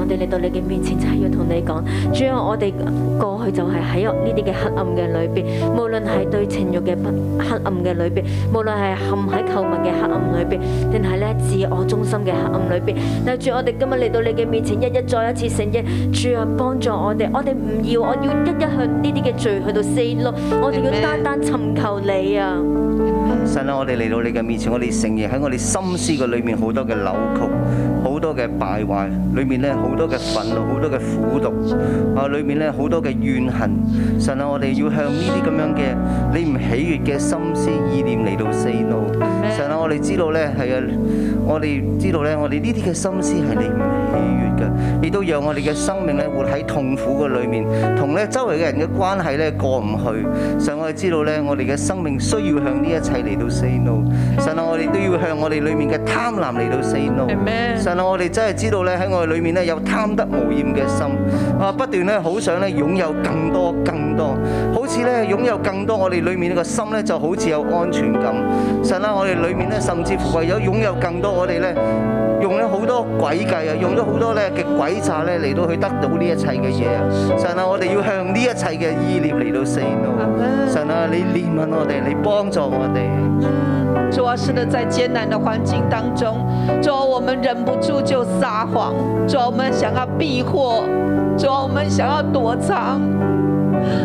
Speaker 7: 我哋嚟到你嘅面前，真係要同你講，主啊，我哋過去就係喺呢啲嘅黑暗嘅裏邊，無論係對情欲嘅不黑暗嘅裏邊，無論係陷喺購物嘅黑暗裏邊，定係咧自我中心嘅黑暗裏邊。但係主啊，我哋今日嚟到你嘅面前，一一再一次承認，主啊，幫助我哋，我哋唔要，我要一一向呢啲嘅罪去到 say no，我哋要單單尋求你啊！
Speaker 5: 神啊，我哋嚟到你嘅面前，我哋承認喺我哋心思嘅裏面好多嘅扭曲，好多嘅敗壞，裏面咧好多嘅憤怒，好多嘅苦毒，啊，裏面咧好多嘅怨恨。神啊，我哋要向呢啲咁樣嘅你唔喜悅嘅心思意念嚟到 say no。神啊，我哋知道咧係啊，我哋知道咧，我哋呢啲嘅心思係你唔喜悅嘅，亦都讓我哋嘅生命咧活喺痛苦嘅裏面，同咧周圍嘅人嘅關係咧過唔去。神，我哋知道咧，我哋嘅生命需要向呢一切嚟到 say no。神啊，我哋都要向我哋裏面嘅貪婪嚟到 say no。神啊，我哋真係知道咧喺我哋裏面咧有貪得無厭嘅心，啊不斷咧好想咧擁有更多更多，好似咧擁有更多，我哋裏面呢個心咧就好似有安全感。神啊，我哋裏面咧甚至乎為咗擁有更多，我哋咧。用咗好多詭計啊，用咗好多咧嘅詭詐咧嚟到去得到呢一切嘅嘢啊！神啊，我哋要向呢一切嘅意念嚟到 say
Speaker 6: 嗯
Speaker 5: no。神啊，你憐憫我哋，你幫助我哋。
Speaker 6: 主啊，是的，在艰难的环境当中，主啊，我们忍不住就撒谎，主啊，我们想要避祸，主啊，我们想要躲藏，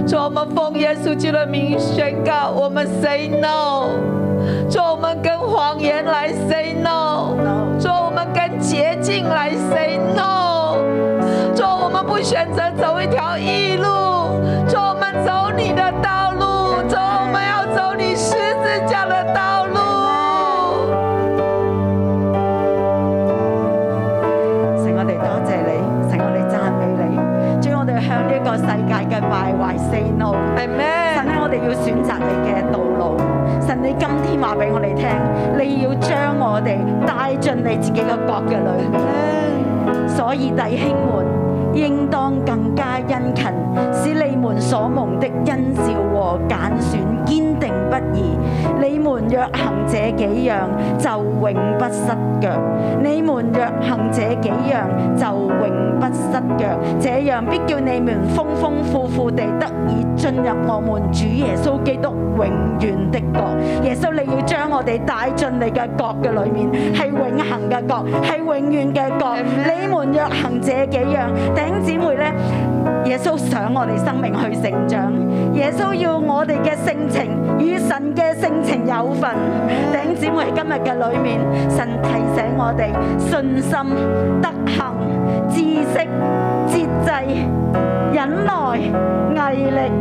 Speaker 8: 主，我们奉耶稣基督的名宣告，我们 say no。主，啊我们跟谎言来 say no。主，啊我们跟捷径来 say no。主，我们不选择走一条异路。主，我们走你的道路。主，我们要走你十字架的道路。
Speaker 7: 神，我哋多謝你，神，我哋讚美你，主，我哋向呢個世界嘅敗壞 say no。
Speaker 8: Amen
Speaker 7: 神咧，我哋要選擇你嘅道路。神，你今天話俾我哋聽，你要將我哋帶進你自己嘅國嘅裏面。所以弟兄們，應當更加殷勤，使你們所蒙的恩召和揀選堅定不移。你們若行這幾樣，就永不失腳；你們若行這幾樣，就永不失腳。這樣必叫你們豐豐富富地得以進入我們主耶穌基督永遠的國。耶穌，你要將我哋帶進你嘅國嘅裏面，係永恆嘅國，係永遠嘅國。你們若行這幾樣，弟兄姊妹呢，耶穌想我哋生命去成長，耶穌要我哋嘅性情與神嘅性情有份。弟兄姊妹喺今日嘅裏面，神提醒我哋信心、德行、知識、節制、忍耐、毅力。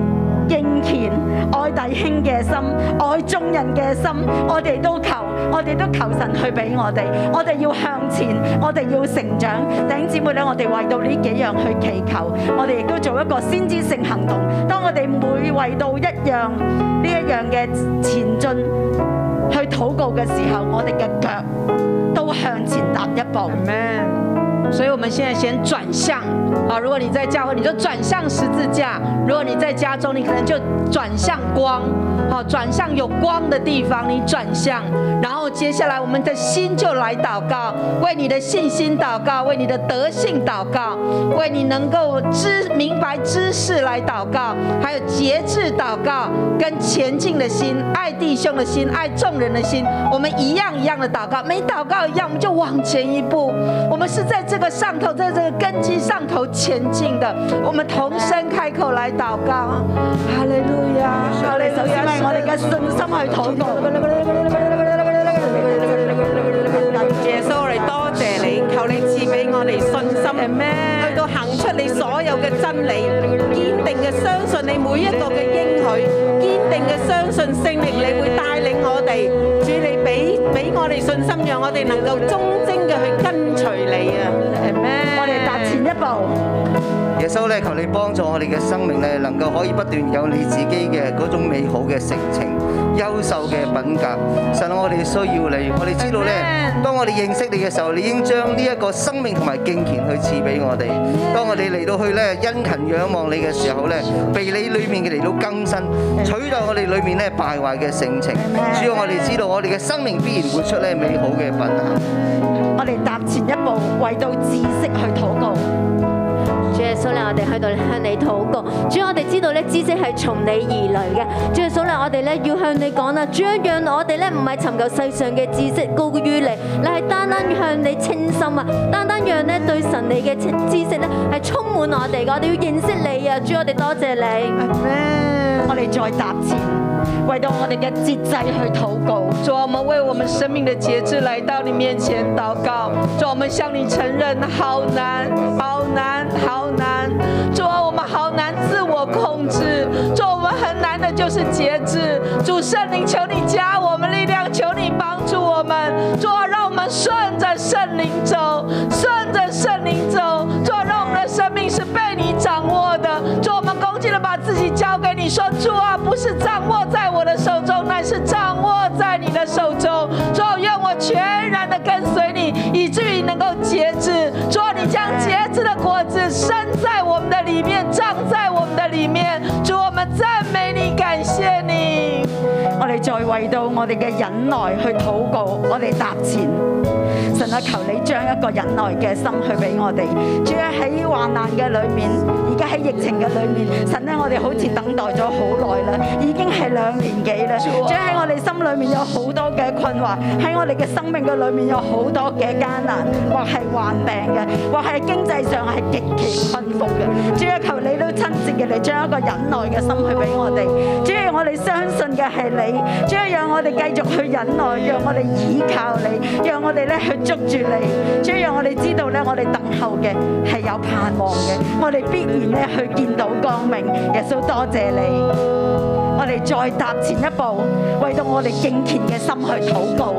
Speaker 7: 敬虔、愛弟兄嘅心、愛眾人嘅心，我哋都求，我哋都求神去俾我哋，我哋要向前，我哋要成長。弟兄姊妹咧，我哋為到呢幾樣去祈求，我哋亦都做一個先知性行動。當我哋每為到一樣呢一樣嘅前進去禱告嘅時候，我哋嘅腳都向前踏一步。
Speaker 6: Amen。所以，我们现在先转向啊！如果你在教会，你就转向十字架；如果你在家中，你可能就转向光，好，转向有光的地方，你转向。然后接下来，我们的心就来祷告，为你的信心祷告，为你的德性祷告，为你能够知明白知识来祷告，还有节制祷告，跟前进的心、爱弟兄的心、爱众人的心，我们一样一样的祷告，每祷告一样，我们就往前一步。我们是在这个上头，在这个根基上头前进的。我们同声开口来祷告，哈利路亚，哈利
Speaker 7: 首
Speaker 6: 路
Speaker 7: 先
Speaker 6: 亚，
Speaker 7: 為我哋嘅信心去禱告。
Speaker 9: 耶穌，我哋多謝你，求你賜俾我哋信心，去到行出你所有嘅真理，堅定嘅相信你每一個嘅應許，堅定嘅相信聖靈你會帶領我哋。主，你俾俾我哋信心，讓我哋能夠忠貞嘅去跟隨你啊！
Speaker 7: 我哋踏前一步。
Speaker 5: 耶穌咧，求你幫助我哋嘅生命咧，能夠可以不斷有你自己嘅嗰種美好嘅性情、優秀嘅品格。神啊，我哋需要你，我哋知道咧，當我哋認識你嘅時候，你已經將呢一個生命同埋敬虔去賜俾我哋。當我哋嚟到去咧殷勤仰望你嘅時候咧，被你裏面嘅嚟到更新，取代我哋裏面咧敗壞嘅性情。主要我哋知道我哋嘅生命必然活出咧美好嘅品行。
Speaker 7: 我哋踏前一步，為到知識去禱告。
Speaker 10: 主耶穌咧，我哋喺度向你禱告。主，我哋知道咧，知識係從你而嚟嘅。主耶穌咧，我哋咧要向你講啦。主啊，讓我哋咧唔係尋求世上嘅知識高於你，你係單單向你清心啊，單單讓咧對神你嘅知識咧係充滿我哋嘅。我哋要認識你啊！主，我哋多謝你。
Speaker 7: 我哋再踏前，為到我哋嘅節制去禱告。
Speaker 6: 主，啊我们为我们生命的节制来到你面前祷告。主，啊我们向你承认好难，好难，好难。主，啊我们好难自我控制。主，啊我们很难的就是节制。主圣灵，求你加我们力量，求你帮助我们。主，让我们顺着圣灵走，顺着圣灵走。主，让我们的生命是被你掌握的。主，我们恭敬的把自己交给你，说主啊，不是掌握在我的手中，乃是掌握在你的手中。主，愿我全然的跟随你，以至于能够节制。主，你将节制的果子生在我们的里面，长在我们的里面。主，我们赞美你，感谢你。
Speaker 7: 我哋再為
Speaker 6: 為到我哋嘅忍耐去禱告，我哋踏前。神啊，求你將一個忍耐嘅心去俾我哋。主啊，喺患難嘅裏面，而家喺疫情嘅裏面，神咧，我哋好似等待咗好耐啦，已經係兩年幾啦。主啊，喺我哋心裏面有好多嘅困惑，喺我哋嘅生命嘅裏面有好多嘅艱難，或係患病嘅，或係經濟上係極其困苦嘅。主啊，求你都親切嘅嚟將一個忍耐嘅心去俾我哋。主啊，我哋相信嘅係你。主啊，讓我哋繼續去忍耐，讓我哋倚靠你，讓我哋咧去捉住你。主啊，讓我哋知道咧，我哋等候嘅係有盼望嘅，我哋必然咧去見到光明。耶穌多謝你。我哋再踏前一步，為到我哋敬虔嘅心去禱告。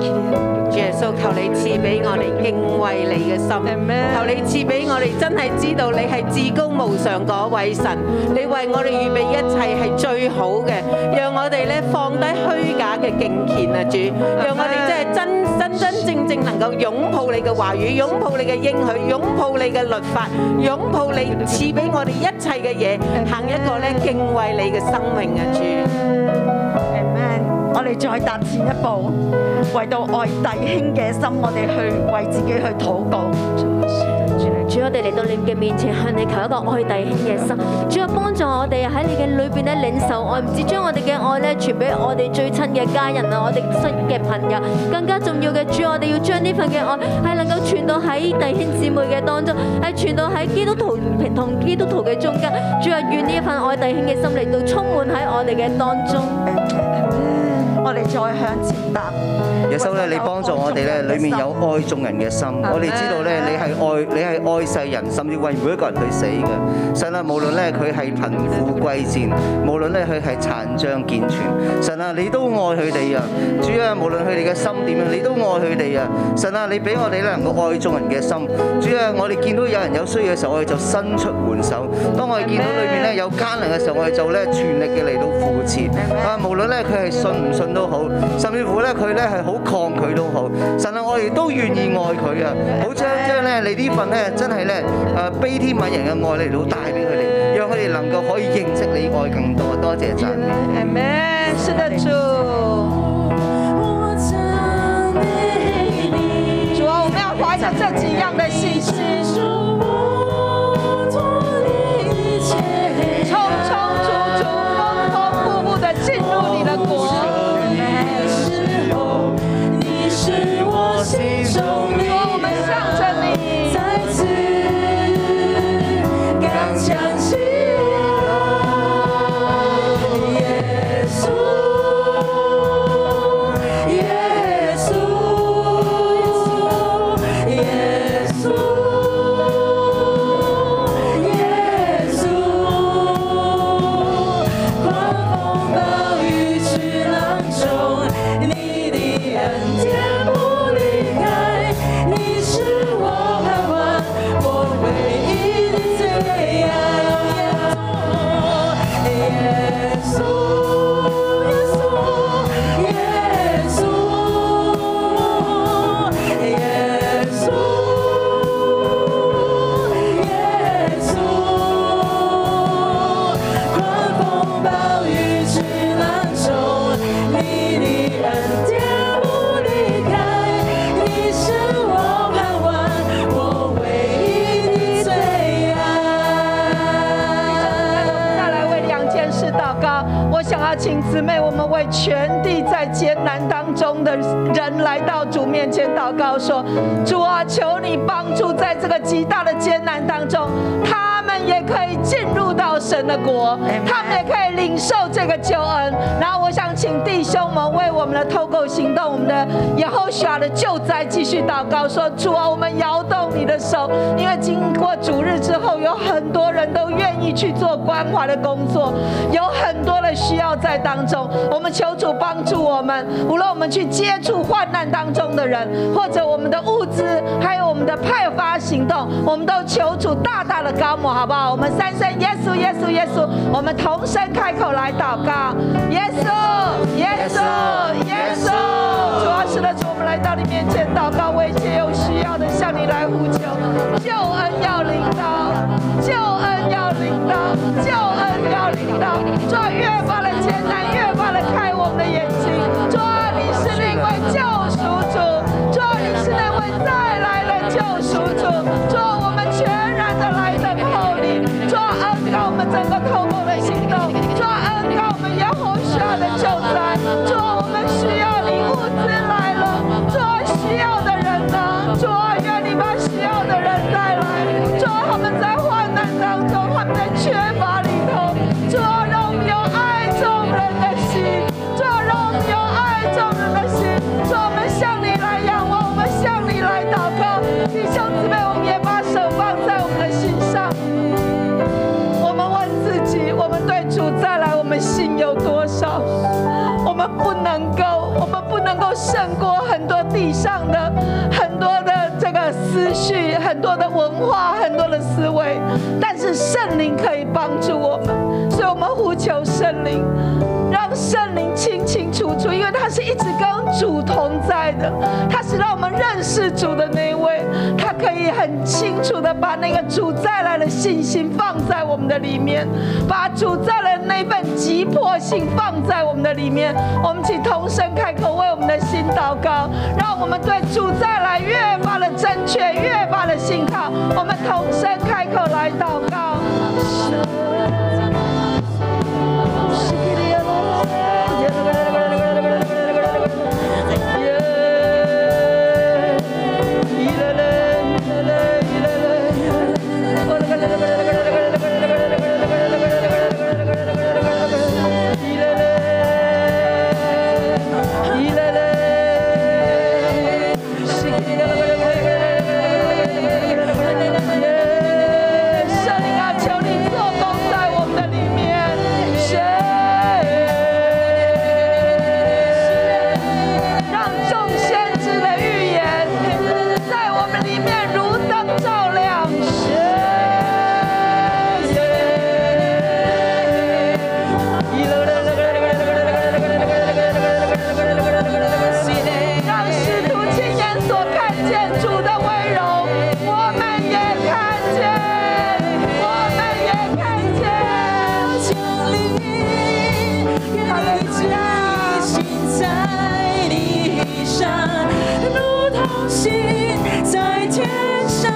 Speaker 9: 主耶穌，求你賜俾我哋敬畏你嘅心，求你賜俾我哋真係知道你係至高無上嗰位神，你為我哋預備一切係最好嘅，讓我哋咧放低虛假嘅敬虔啊，主，讓我哋真係真真真正正能夠擁抱你嘅話語，擁抱你嘅應許，擁抱你嘅律法，擁抱你賜俾我哋一切嘅嘢，行一個咧敬畏你嘅生命啊，主。
Speaker 6: Amen。我哋再踏前一步，為到愛弟兄嘅心，我哋去為自己去禱告。
Speaker 7: 主，我哋嚟到你嘅面前，向你求一個愛弟兄嘅心。主啊，幫助我哋喺你嘅裏邊咧領受愛，唔止將我哋嘅愛咧傳俾我哋最親嘅家人啊，我哋身嘅朋友。更加重要嘅，主，啊我哋要將呢份嘅愛係能夠傳到喺弟兄姊妹嘅當中，係傳到喺基督徒同基督徒嘅中間。主啊，願呢一份愛弟兄嘅心嚟到充滿喺我哋嘅當中。
Speaker 6: 我哋再向前踏。
Speaker 5: 耶穌咧，你幫助我哋咧，裏面有愛眾人嘅心。我哋知道咧，你係愛，你係愛世人，甚至為每一個人去死嘅。神啊，無論咧佢係貧富貴賤，無論咧佢係殘障健全，神啊，你都愛佢哋啊！主啊，無論佢哋嘅心點樣，你都愛佢哋啊！神啊，你俾我哋咧能夠愛眾人嘅心。主啊，我哋見到有人有需要嘅時候，我哋就伸出援手。當我哋見到裏面咧有艱難嘅時候，我哋就咧全力嘅嚟到扶持。啊，無論咧佢係信唔信都好，甚至乎咧佢咧係好抗拒都好，神啊，我哋都願意愛佢啊！好將將咧你呢份咧真係咧誒悲天憫人嘅愛嚟到帶俾佢哋，讓佢哋能夠可以認識你愛更多。多謝讚美。
Speaker 4: Amen，是的，主。主啊，我们要怀着这几样的信心，冲冲突突、丰丰富富的进入你的国。主啊，我们向着你，再来为两件事祷告。我想要请姊妹，我们为全地在艰难当中的人来到主面前祷告，说：主啊，求你帮助在这个极大的艰难当中，他们也可以进入到神的国，他们也可以领受这个救恩。然后我想请弟兄们为我们的透购行动，我们的耶和华的救灾继续祷告，说：主啊，我们摇动你的手，因为经过主日之后，有很多人都愿意去做关怀的工作，有很多的需要在当中。我们求主帮助我们，无论我们去接触患难当中的人，或者我们的物资，还有我们的派发行动，我们都求主大大的高抹，好不好？我们三声耶稣，耶稣，耶稣，我们同声开口来祷告，耶稣，耶稣，耶稣，主啊，是的，主，我们来到你面前祷告，为一切有需要的向你来呼求，救恩要领导，救恩要领导，救恩要领导，主啊，越发的艰难，越发的开。开啊带来了救赎主，主啊我们全然的来等候你，主啊恩膏我们整个透过的行动，主恩膏我们要活下的救灾，主啊我们需要你物资来了，主需要的人呢，主愿你把需要的人带来，主啊他们在患难当中，他们在缺乏里头，主让我们有爱众人的心，主让我们有爱众人的心，主我们向你来仰望，我们向你来祷告，弟兄姊妹，我们也把手放在我们的心上。我们问自己，我们对主再来，我们信有多少？我们不能够，我们不能够胜过很多地上的很多的这个思绪，很多的文化，很多的思维。但是圣灵可以帮助我们，所以我们呼求圣灵，让圣灵清清楚楚，因为他是一直跟主同在的，他是让我们认识主的那一位，他可以很清楚的把那个主再来的信心放在我们的里面，把主再来的那份急迫性放在我们的里面。我们请同声开口为我们的心祷告，让我们对主再来越发的正确，越发的信靠。我们同声开口来祷告。圣灵啊，求你做工在我们的里面。神，让众先知的预言在我们里面如灯照亮。让使徒亲眼所看见主的温柔，我们也看见，我们也看见。哈利路亚！心在地上，如同心在天上。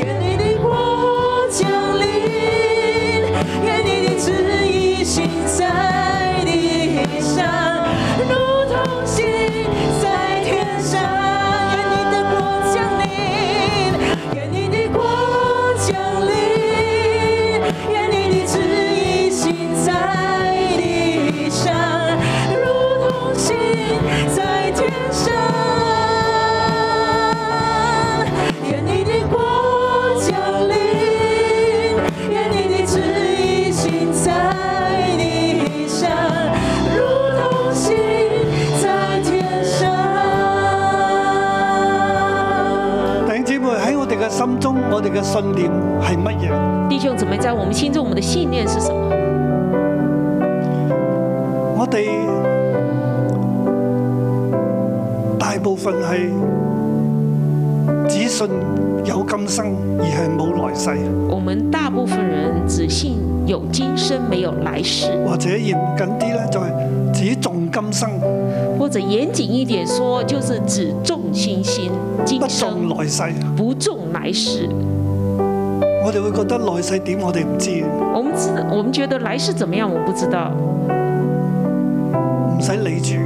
Speaker 4: 愿你的国降临，愿你的旨意行在地上，如同行在天上。愿你的国降临，愿你的国降临，愿你的旨意行在地上，如同行在天上。愿你的国降临，愿你的旨意行在地上，如同行在天上。
Speaker 2: 弟兄姊妹喺我哋嘅心中，我哋嘅信念係乜嘢？
Speaker 3: 弟兄姊妹，在我们心中，我们的信念是什么？
Speaker 2: 我哋大部分係只信有今生，而係冇來世，
Speaker 3: 我们大部分人只信有今生，没有来世，
Speaker 2: 或者嚴謹啲呢，就係只重今生，
Speaker 3: 或者严谨一点说，就是只重心心，今
Speaker 2: 不重
Speaker 3: 生
Speaker 2: 來世。
Speaker 3: 不重来世。
Speaker 2: 我哋會覺得來世點，我哋唔知，
Speaker 3: 我们知，我们觉得来世怎么样，我们不知道，
Speaker 2: 唔使理住。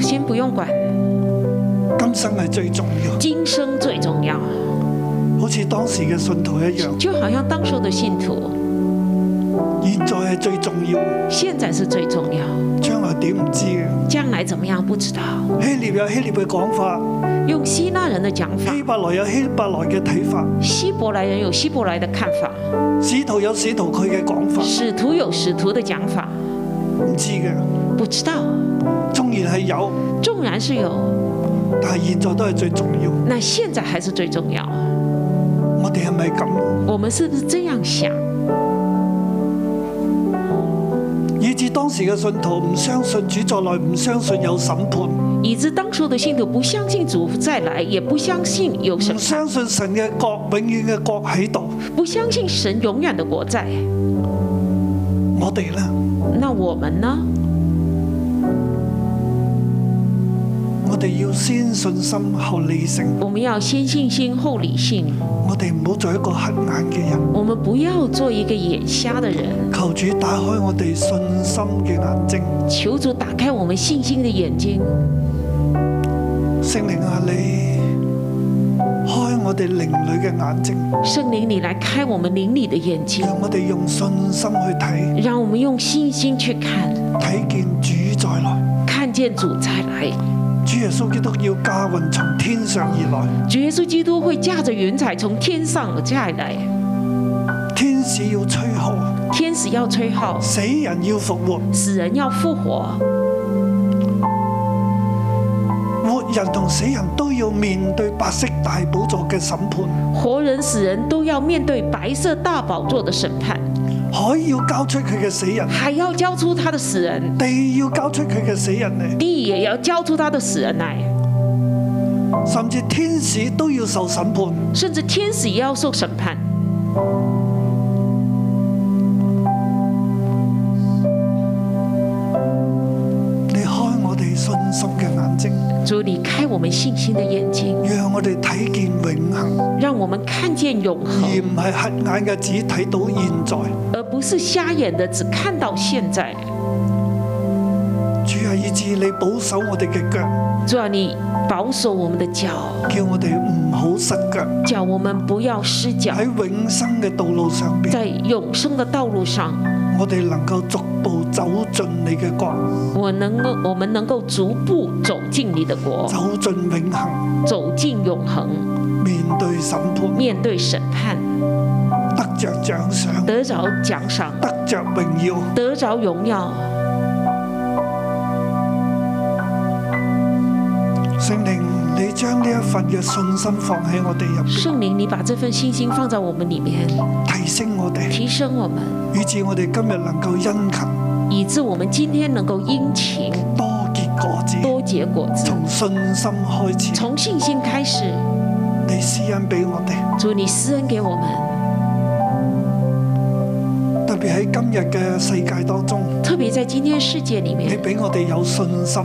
Speaker 3: 先不用管，
Speaker 2: 今生係最重要，
Speaker 3: 今生最重要。
Speaker 2: 好似當時嘅信徒一樣，
Speaker 3: 就好像当时的信徒，
Speaker 2: 現在係最重要，
Speaker 3: 现在是最重要，
Speaker 2: 將來點唔知嘅。
Speaker 3: 将来怎么样不知道。
Speaker 2: 希臘有希臘嘅講法，
Speaker 3: 用希腊人的讲法，
Speaker 2: 希伯來有希伯來嘅睇法，
Speaker 3: 希伯来人有希伯来的看法，
Speaker 2: 使徒有使徒佢嘅講法，
Speaker 3: 使徒有使徒的讲法，
Speaker 2: 唔知嘅。
Speaker 3: 不知道。
Speaker 2: 縱然係有，
Speaker 3: 纵然是有，
Speaker 2: 但係現在都係最重要。
Speaker 3: 那现在还是最重要。
Speaker 2: 我哋係咪咁？
Speaker 3: 我们是不是这样想？
Speaker 2: 以致當時嘅信徒唔相信主在內，唔相信有審判，
Speaker 3: 以致当初的信徒不相信主再来，也不相信有神
Speaker 2: 唔，相信神嘅國永遠嘅國喺度。
Speaker 3: 不相信神永远的国在。
Speaker 2: 我哋呢？
Speaker 3: 那我们呢？
Speaker 2: 我我哋要先信心後理性，
Speaker 3: 我们要先信心后理性，
Speaker 2: 我哋唔好做一個黑眼嘅人。
Speaker 3: 我们不要做一个眼瞎的人。
Speaker 2: 求主打開我哋信心嘅眼睛，
Speaker 3: 求主打开我们信心的眼睛，
Speaker 2: 聖靈啊，你開我哋靈裏嘅眼睛，
Speaker 3: 圣灵你来开我们灵里的眼睛，
Speaker 2: 讓我哋用信心去睇，
Speaker 3: 让我们用信心去看，
Speaker 2: 睇見主再來。
Speaker 3: 看见主再来。
Speaker 2: 主耶穌基督要駕雲從天上而來，
Speaker 3: 主耶稣基督会驾着云彩从天上而下来，
Speaker 2: 天使要吹號，
Speaker 3: 天使要吹号，
Speaker 2: 死人要復活，
Speaker 3: 死人要复活，
Speaker 2: 活人同死人都要面對白色大寶座嘅審判，
Speaker 3: 活人死人都要面对白色大宝座的审判，
Speaker 2: 海要交出佢嘅死人，
Speaker 3: 还要交出他的死人，
Speaker 2: 地要交出佢嘅死人嚟，
Speaker 3: 地也要交出他的死人来，
Speaker 2: 甚至天使都要受審判。
Speaker 3: 甚至天使也要受审判。
Speaker 2: 你開我哋信心嘅眼睛，
Speaker 3: 主，你开我们信心的眼睛，
Speaker 2: 讓我哋睇見永恆，
Speaker 3: 让我们看见永
Speaker 2: 而
Speaker 3: 恒，
Speaker 2: 唔係黑眼嘅只睇到現在。
Speaker 3: 而不是瞎眼的只看到现在。
Speaker 2: 主啊，以致你保守我哋嘅腳，
Speaker 3: 主啊，你保守我们的脚，
Speaker 2: 叫我哋唔好失腳。
Speaker 3: 叫我们不要失脚，
Speaker 2: 喺永生嘅道路上邊，
Speaker 3: 在永生的道路上，
Speaker 2: 我哋能夠逐步走進你嘅國，
Speaker 3: 我能够，我们能够逐步走进你的国，
Speaker 2: 走進永恆，
Speaker 3: 走进永恒，
Speaker 2: 面對審判，
Speaker 3: 面对审判，
Speaker 2: 得着獎賞，
Speaker 3: 得着奖赏，
Speaker 2: 得着榮耀。
Speaker 3: 得着荣耀。
Speaker 2: 聖靈，你將呢一份嘅信心放喺我哋入邊，
Speaker 3: 圣灵，你把这份信心放在我们里面，
Speaker 2: 提升我哋，
Speaker 3: 提升我们，
Speaker 2: 以致我哋今日能夠殷勤
Speaker 3: 以致我们今天能够殷勤
Speaker 2: 多結果子。
Speaker 3: 多结果子。
Speaker 2: 從信心開始，
Speaker 3: 从信心开始，
Speaker 2: 你施恩俾我哋，
Speaker 3: 主你施恩给我们，
Speaker 2: 特別喺今日嘅世界當中，
Speaker 3: 特别在今天世界里
Speaker 2: 你
Speaker 3: 面，
Speaker 2: 俾我哋有信心，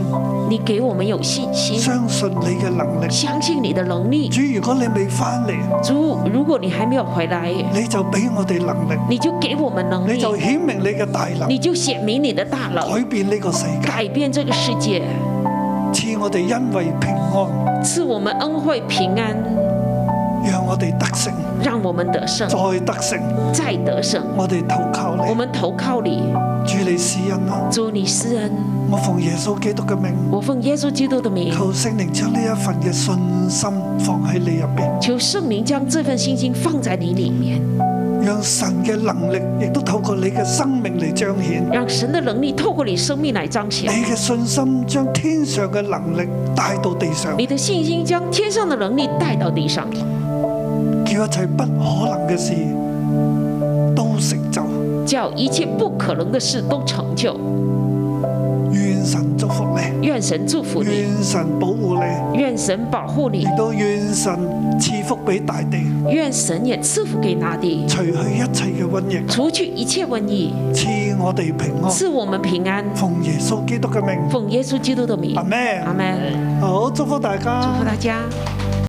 Speaker 3: 你给我们有信心，
Speaker 2: 相信你嘅能力。
Speaker 3: 相信你的能力。
Speaker 2: 主，如果你未翻嚟，
Speaker 3: 主，如果你还没有回来，
Speaker 2: 你就俾我哋能力，
Speaker 3: 你就给我们能
Speaker 2: 你
Speaker 3: 力，
Speaker 2: 就顯明你嘅大能，
Speaker 3: 你就显明你的大能，
Speaker 2: 改變呢個世界，
Speaker 3: 改变这个世界，
Speaker 2: 賜我哋因為平安，
Speaker 3: 赐我们恩惠平安，
Speaker 2: 讓我哋得勝，
Speaker 3: 让我们得胜，
Speaker 2: 再得勝。
Speaker 3: 再得胜。
Speaker 2: 我哋投靠
Speaker 3: 我
Speaker 2: 你，
Speaker 3: 们投靠你，
Speaker 2: 主你施恩啦！
Speaker 3: 主你施恩。
Speaker 2: 我奉耶穌基督嘅名，
Speaker 3: 我奉耶稣基督的名，
Speaker 2: 求聖靈將呢一份嘅信心放喺你入邊。
Speaker 3: 求圣灵将这份信心放在你里面，
Speaker 2: 让神嘅能力亦都透过你嘅生命嚟彰显。
Speaker 3: 让神的能力透过你生命来彰显
Speaker 2: 你。嘅信心将天上嘅能力带到地上，
Speaker 3: 你的信心将天上的能力带到地上，嗯
Speaker 2: 叫一切不可能嘅事都成就。
Speaker 3: 叫一切不可能的事都成就。
Speaker 2: 愿神祝福你，
Speaker 3: 愿神祝福你，
Speaker 2: 愿神保护你，
Speaker 3: 愿神保护你，
Speaker 2: 亦都愿神赐福俾大地，
Speaker 3: 愿神也赐福给大地，
Speaker 2: 除去一切嘅瘟疫，
Speaker 3: 除去一切瘟疫，
Speaker 2: 赐我哋平安。
Speaker 3: 赐我们平安。
Speaker 2: 奉耶稣基督嘅名，
Speaker 3: 奉耶稣基督的名，
Speaker 2: 阿
Speaker 3: 阿
Speaker 2: 咩？
Speaker 3: 门。
Speaker 2: 好，祝福大
Speaker 3: 祝
Speaker 2: 家
Speaker 3: 福。大家。